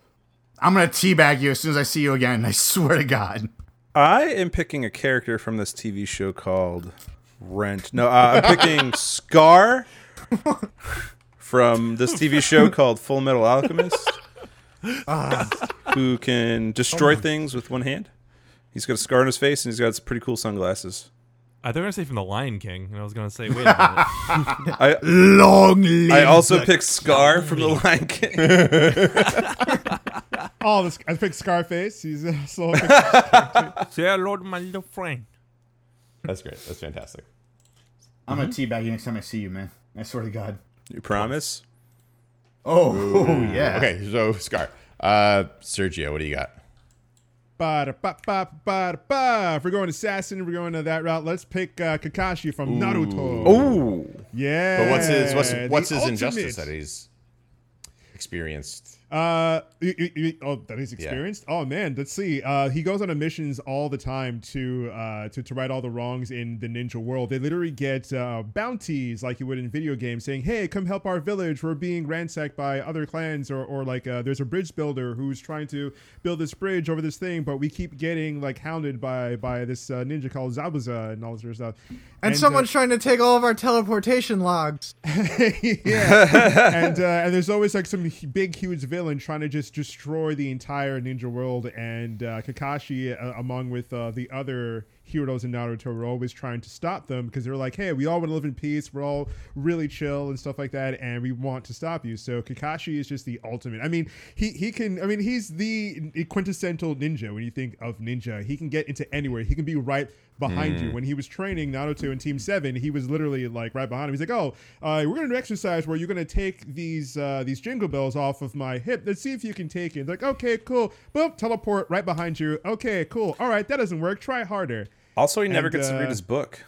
S6: I'm gonna teabag you as soon as I see you again. I swear to God.
S5: I am picking a character from this TV show called Rent. No, uh, I'm picking Scar from this TV show called Full Metal Alchemist,
S2: Ah.
S5: who
S2: Oh
S5: can destroy things with one hand. He's got a scar on his face and he's got some pretty cool sunglasses.
S7: I thought you were gonna say from the Lion King, and I was gonna say, wait a minute.
S5: I
S4: Long live.
S5: I also picked Scar from The Lion King.
S2: Oh, this, I picked Scarface. He's a slow.
S7: Say hello to my little friend.
S1: That's great. That's fantastic.
S6: I'm gonna teabag you next time I see you, man. I swear to God.
S5: You promise?
S6: Oh, yeah.
S1: Okay, so Scar, uh, Sergio, what do you got?
S2: Ba-da-ba-ba-ba-da-ba. If we're going assassin, if we're going to that route. Let's pick uh, Kakashi from Naruto.
S5: Ooh.
S2: yeah.
S1: Oh. But what's his what's what's
S2: the
S1: his injustice that
S2: ultimate.
S1: he's experienced?
S2: Uh, you- you- you- oh, that he's experienced. Oh man, let's see. Uh, he goes on a missions all the time to uh to, to right all the wrongs in the ninja world. They literally get uh, bounties like you would in video games, saying, "Hey, come help our village. We're being ransacked by other clans," or or like uh, there's a bridge builder who's trying to build this bridge over this thing, but we keep getting like hounded by by this uh, ninja called Zabuza and all this sort of stuff.
S4: And,
S2: uh,
S4: someone's trying to take all of our teleportation logs.
S2: yeah, and uh, and there's always like some h- big, huge villain trying to just destroy the entire ninja world. And uh, Kakashi, uh, along with uh, the other heroes in Naruto, were always trying to stop them because they're like, "Hey, we all want to live in peace. We're all really chill and stuff like that, and we want to stop you." So Kakashi is just the ultimate. I mean, he he can. I mean, he's the quintessential ninja. When you think of ninja, he can get into anywhere. He can be right behind you. When he was training Naruto in Team Seven, he was literally like right behind him. He's like, "Oh, uh, we're gonna do an exercise where you're gonna take these uh, these jingle bells off of my hip. Let's see if you can take it." Like, okay, cool. Boom, teleport right behind you. Okay, cool. All right, that doesn't work. Try harder.
S5: Also, he never
S2: And,
S5: gets to
S2: uh,
S5: read his book.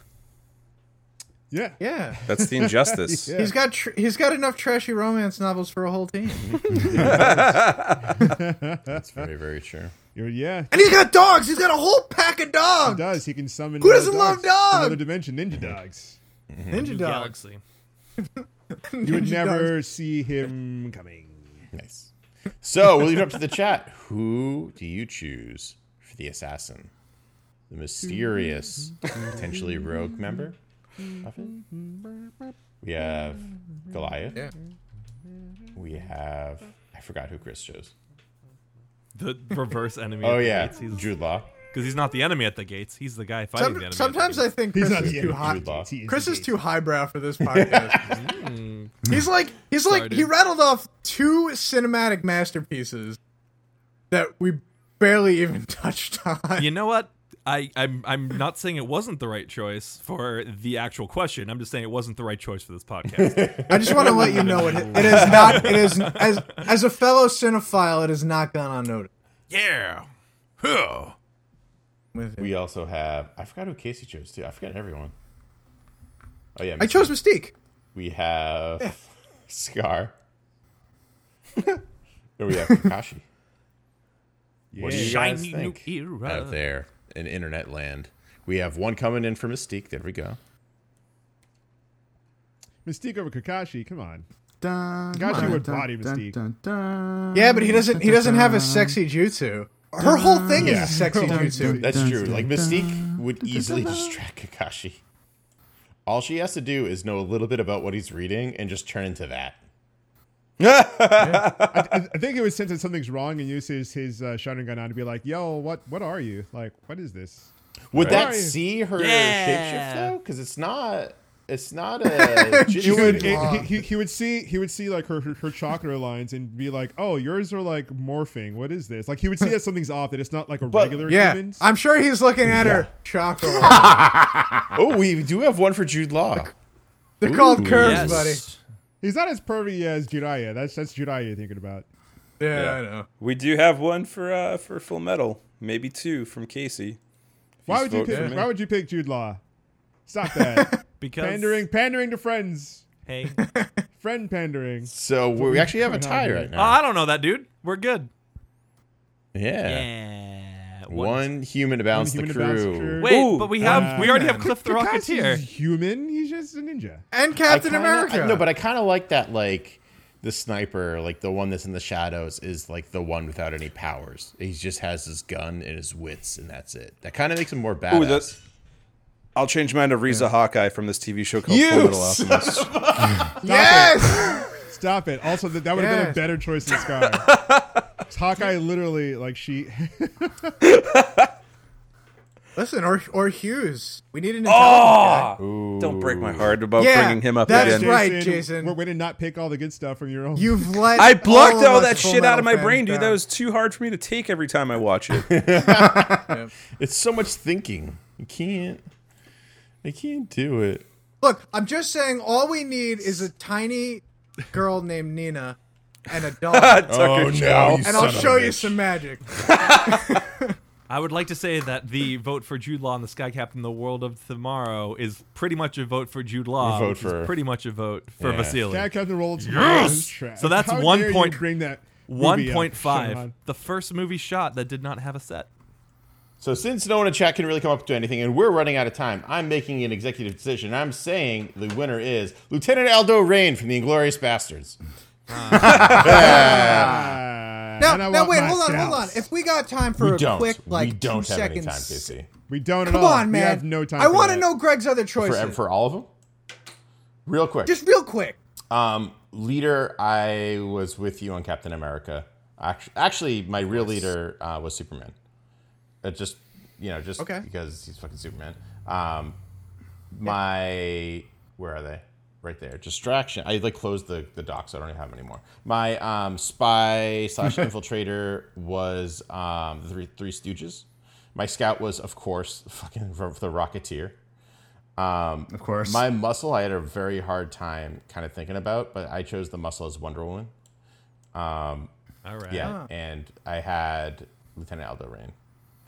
S2: Yeah.
S4: Yeah.
S5: That's the injustice.
S2: Yeah.
S4: He's got tr- he's got enough trashy romance novels for a whole team,
S1: That's very very true.
S2: You're, yeah.
S4: and he's got dogs. He's got a whole pack of
S2: He
S4: dogs,
S2: does. He can summon.
S4: Who
S2: uh,
S4: doesn't love
S2: dogs from
S4: dogs?
S2: Another dimension, ninja dogs.
S4: ninja dogs.
S7: Galaxy.
S2: You would
S4: Ninja
S2: never see him coming.
S1: Nice. So we'll leave it up to the chat. Who do you choose for the assassin? The mysterious, potentially rogue member of it? We have Goliath.
S4: Yeah.
S1: We have I forgot who Chris chose.
S7: The reverse enemy.
S1: Oh yeah,
S7: because he's,
S1: Jude Law.
S7: 'cause he's not the enemy at the gates. He's the guy fighting
S4: Some-
S7: the enemy. at the
S4: sometimes I
S7: gates.
S4: think
S2: He's
S4: Chris
S2: not
S4: is
S2: the
S4: too
S2: enemy.
S4: hot.
S1: Jude Law.
S2: He the
S4: Chris is
S2: gate.
S4: too highbrow for this podcast. he's like he's like he
S7: dude.
S4: rattled off two cinematic masterpieces that we barely even touched on.
S7: You know what? I, I'm I'm not saying it wasn't the right choice for the actual question. I'm just saying it wasn't the right choice for this podcast.
S4: I just want to let you know it, it is not it is as as a fellow cinephile it has not gone unnoticed.
S7: yeah. Huh.
S4: With it.
S1: We also have I forgot who Casey chose too. I forgot everyone. Oh yeah,
S4: I chose Mystique.
S1: We have Scar. or we have Kakashi. What do you guys
S7: Shiny new
S1: think
S7: era.
S1: out there in internet land? We have one coming in for Mystique. There we go.
S2: Mystique over Kakashi. Come on.
S6: Dun,
S2: Gosh,
S6: dun,
S2: you would
S6: dun,
S2: body
S6: dun,
S2: Mystique.
S6: dun, dun,
S4: Yeah, but he doesn't. He doesn't have a
S6: dun,
S4: sexy jutsu. Her whole thing
S1: Yeah.
S4: is sexy jutsu.
S1: That's
S6: Dun,
S1: true.
S6: dun,
S1: Like Mystique would easily distract Kakashi. All she has to do is know a little bit about what he's reading and just turn into that.
S2: I, I think it was sense that something's wrong and uses his uh, Sharingan on to be like, "Yo, what? What are you? Like, what is this?"
S1: Would that
S2: Right.
S1: see her shapeshift
S7: Yeah.
S1: though? Because it's not. It's not a.
S2: He would,
S1: jitsu.
S2: he, he, he would see he would see like her, her her chakra lines and be like, "Oh, yours are like morphing. What is this?" Like he would see that something's off that it's not like a regular
S4: Yeah,
S2: human's.
S4: I'm sure he's looking at her chakra.
S1: oh, we do have one for Jude Law.
S4: They're called
S1: Ooh.
S4: curves,
S7: Yes.
S4: buddy.
S2: He's not as pervy as Jiraiya. That's that's Jiraiya you're thinking about.
S4: Yeah, I know.
S5: We do have one for uh, for Full Metal, maybe two from Casey.
S2: Why
S5: He's
S2: would you
S5: voting for
S2: pick
S5: me.
S2: Why would you pick Jude Law? Stop that
S7: Because
S2: pandering, pandering to friends,
S7: Hey,
S2: friend pandering.
S1: So we actually have a tie right
S7: Oh,
S1: now.
S3: Ah.
S7: I don't know that dude. We're good.
S1: yeah.
S7: Yeah. What-
S1: One human to balance
S2: Human
S1: the
S2: to balance the
S1: crew.
S2: crew.
S7: Wait,
S5: Ooh.
S7: but we have
S2: Uh,
S7: we already have Cliff the
S2: Kakashi's
S7: Rocketeer.
S2: human. He's just a ninja.
S4: And
S1: I
S4: Captain
S1: kinda-
S4: America.
S1: I- no, but I kind of like that, like the sniper, like the one that's in the shadows, is like the one without any powers. He just has his gun and his wits, and that's it. That kind of makes him more badass.
S5: Ooh, that- I'll change mine to Riza Hawkeye from this TV show called
S1: You
S5: Full Metal Alchemist.
S4: yes,
S2: Stop it. Also, that, that would have been a
S4: Yes.
S2: better choice than Scar. Hawkeye literally, like, she.
S4: Listen, or or Hughes. We need an.
S5: Oh,
S4: intelligence
S5: don't break my heart about
S4: Yeah,
S5: bringing him up
S4: that's
S5: again.
S4: right. Jason.
S2: We're going to not pick all the good stuff from your own.
S4: guy. You've let.
S5: I blocked
S4: of
S5: all
S4: us
S5: that
S4: Full
S5: shit out of
S4: Metal
S5: my
S4: fans
S5: brain, dude. That
S4: down.
S5: was too hard for me to take every time I watch it.
S1: It's so much thinking. You can't. I can't do it.
S4: Look, I'm just saying. All we need is a tiny girl named Nina and a dog,
S5: Tucker
S1: Oh, no,
S5: Joe.
S1: you
S4: and I'll
S1: son of a
S4: show you
S1: bitch.
S4: some magic.
S7: I would like to say that the vote for Jude Law and the Sky Captain, the World of Tomorrow, is pretty much a vote for Jude Law.
S1: vote
S7: which
S1: for-
S7: is pretty much a vote for
S1: Yeah.
S7: Vasily.
S2: Dad Captain Rollins.
S7: Yes!
S2: Trash.
S7: So that's
S2: How
S7: one
S2: dare you
S7: point-
S2: Bring that. movie up,
S7: 1.5,
S2: Sean.
S7: the first movie shot that did not have a set.
S1: So since no one in chat can really come up to anything, and we're running out of time, I'm making an executive decision. I'm saying the winner is Lieutenant Aldo Rain from the Inglorious Bastards.
S2: Uh,
S4: Now,
S2: and I
S4: now
S2: want
S4: wait,
S2: my
S4: hold on, hold on.
S2: scalps.
S4: If we got time for
S1: We
S4: a
S1: don't.
S4: quick, like,
S1: we don't
S4: two
S1: have
S4: seconds.
S1: any time, Casey.
S2: we don't at
S4: Come
S2: all.
S4: on, man.
S2: We have no time.
S4: I
S2: want to
S4: know Greg's other choices.
S1: For for all of them, real quick.
S4: Just real quick.
S1: Um, leader, I was with you on Captain America. Actu- Actually, my real leader uh, was Superman. Uh, just you know, just
S4: Okay.
S1: because he's fucking Superman. Um, my where are they? Right there. Distraction. I like closed the the doc, so I don't even have them anymore. My um, spy slash infiltrator was um, the three, three Stooges. My scout was, of course, fucking the Rocketeer.
S6: Of course.
S1: My muscle, I had a very hard time kind of thinking about, but I chose the muscle as Wonder Woman. Um,
S7: All right.
S1: Yeah, and I had Lieutenant Aldo Rain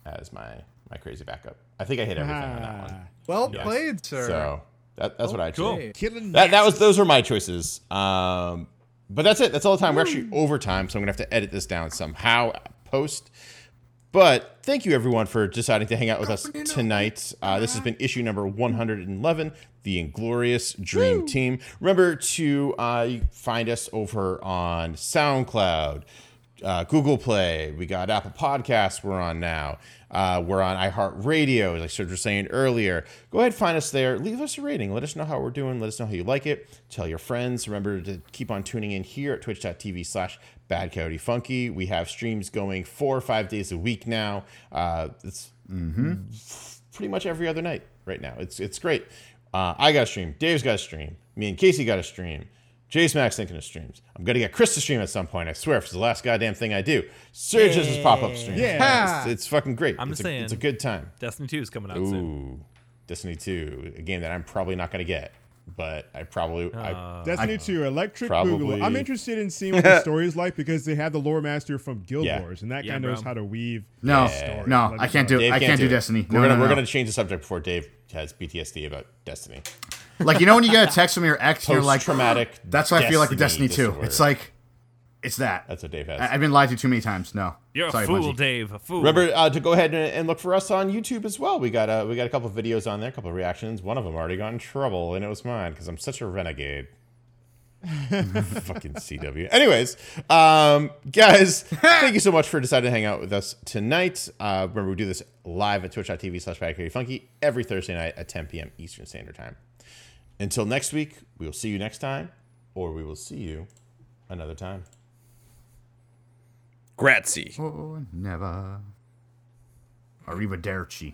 S1: as my my crazy backup. I think I hit everything on that one.
S4: Well played, sir.
S1: So that, that's what
S7: Oh,
S1: I chose.
S4: Hey.
S2: Killing
S1: That, that was those were my choices. Um, but that's it. That's all the time. We're actually over time, so I'm gonna have to edit this down somehow post. But thank you everyone for deciding to hang out with us tonight. Uh, this has been issue number 111, the Inglorious Dream Team. Remember to uh, find us over on SoundCloud, uh, Google Play. We got Apple Podcasts. We're on now. Uh, we're on iHeartRadio, like Serge was saying earlier. Go ahead, find us there. Leave us a rating. Let us know how we're doing. Let us know how you like it. Tell your friends. Remember to keep on tuning in here at twitch.tv slash bad coyote funky. We have streams going four or five days a week now. Uh, it's pretty much every other night right now. It's it's great. Uh, I got a stream. Dave's got a stream. Me and Casey got a stream. Jay's Max thinking of streams. I'm gonna get Chris to stream at some point. I swear, if it's the last goddamn thing I do. Surge has his pop up stream.
S2: Yeah.
S1: it's, it's fucking great.
S7: I'm
S1: it's
S7: just
S1: a, it's a
S7: saying.
S1: good time.
S7: Destiny 2 is coming out soon.
S1: Ooh, Destiny Two, a game that I'm probably not gonna get, but I probably I,
S7: Uh,
S2: Destiny 2, Electric
S1: Probably-
S2: Boogaloo. I'm interested in seeing what the story is like because they have the lore master from Guild
S1: Yeah.
S2: Wars, and that
S7: Yeah,
S2: guy knows
S7: bro.
S2: how to weave.
S6: no,
S2: story.
S6: no,
S2: Let
S6: I
S2: me
S6: can't
S2: know.
S6: do. I can't do Destiny.
S1: We're
S6: No,
S1: gonna
S6: no,
S1: we're
S6: no.
S1: gonna change the subject before Dave has PTSD about Destiny.
S6: like you know when you get a text from your ex, and you're like
S1: Post-traumatic
S6: That's why I feel like with
S1: Destiny
S6: Destiny Two.
S1: disorder.
S6: It's like, it's that.
S1: That's what Dave has.
S6: I- I've been lied to too many times. No,
S7: You're
S6: Sorry,
S7: a fool,
S6: Bungie.
S7: Dave. A fool.
S1: Remember uh, to go ahead and, and look for us on YouTube as well. We got a we got a couple of videos on there, a couple of reactions. One of them already got in trouble, and it was mine because I'm such a renegade. Fucking CW. Anyways, um, guys, thank you so much for deciding to hang out with us tonight. Uh, remember, we do this live at twitch.tv slash funky every Thursday night at 10 p.m. Eastern Standard Time. Until next week, we will see you next time, or we will see you another time.
S5: Grazie.
S6: Oh, never. Arrivederci.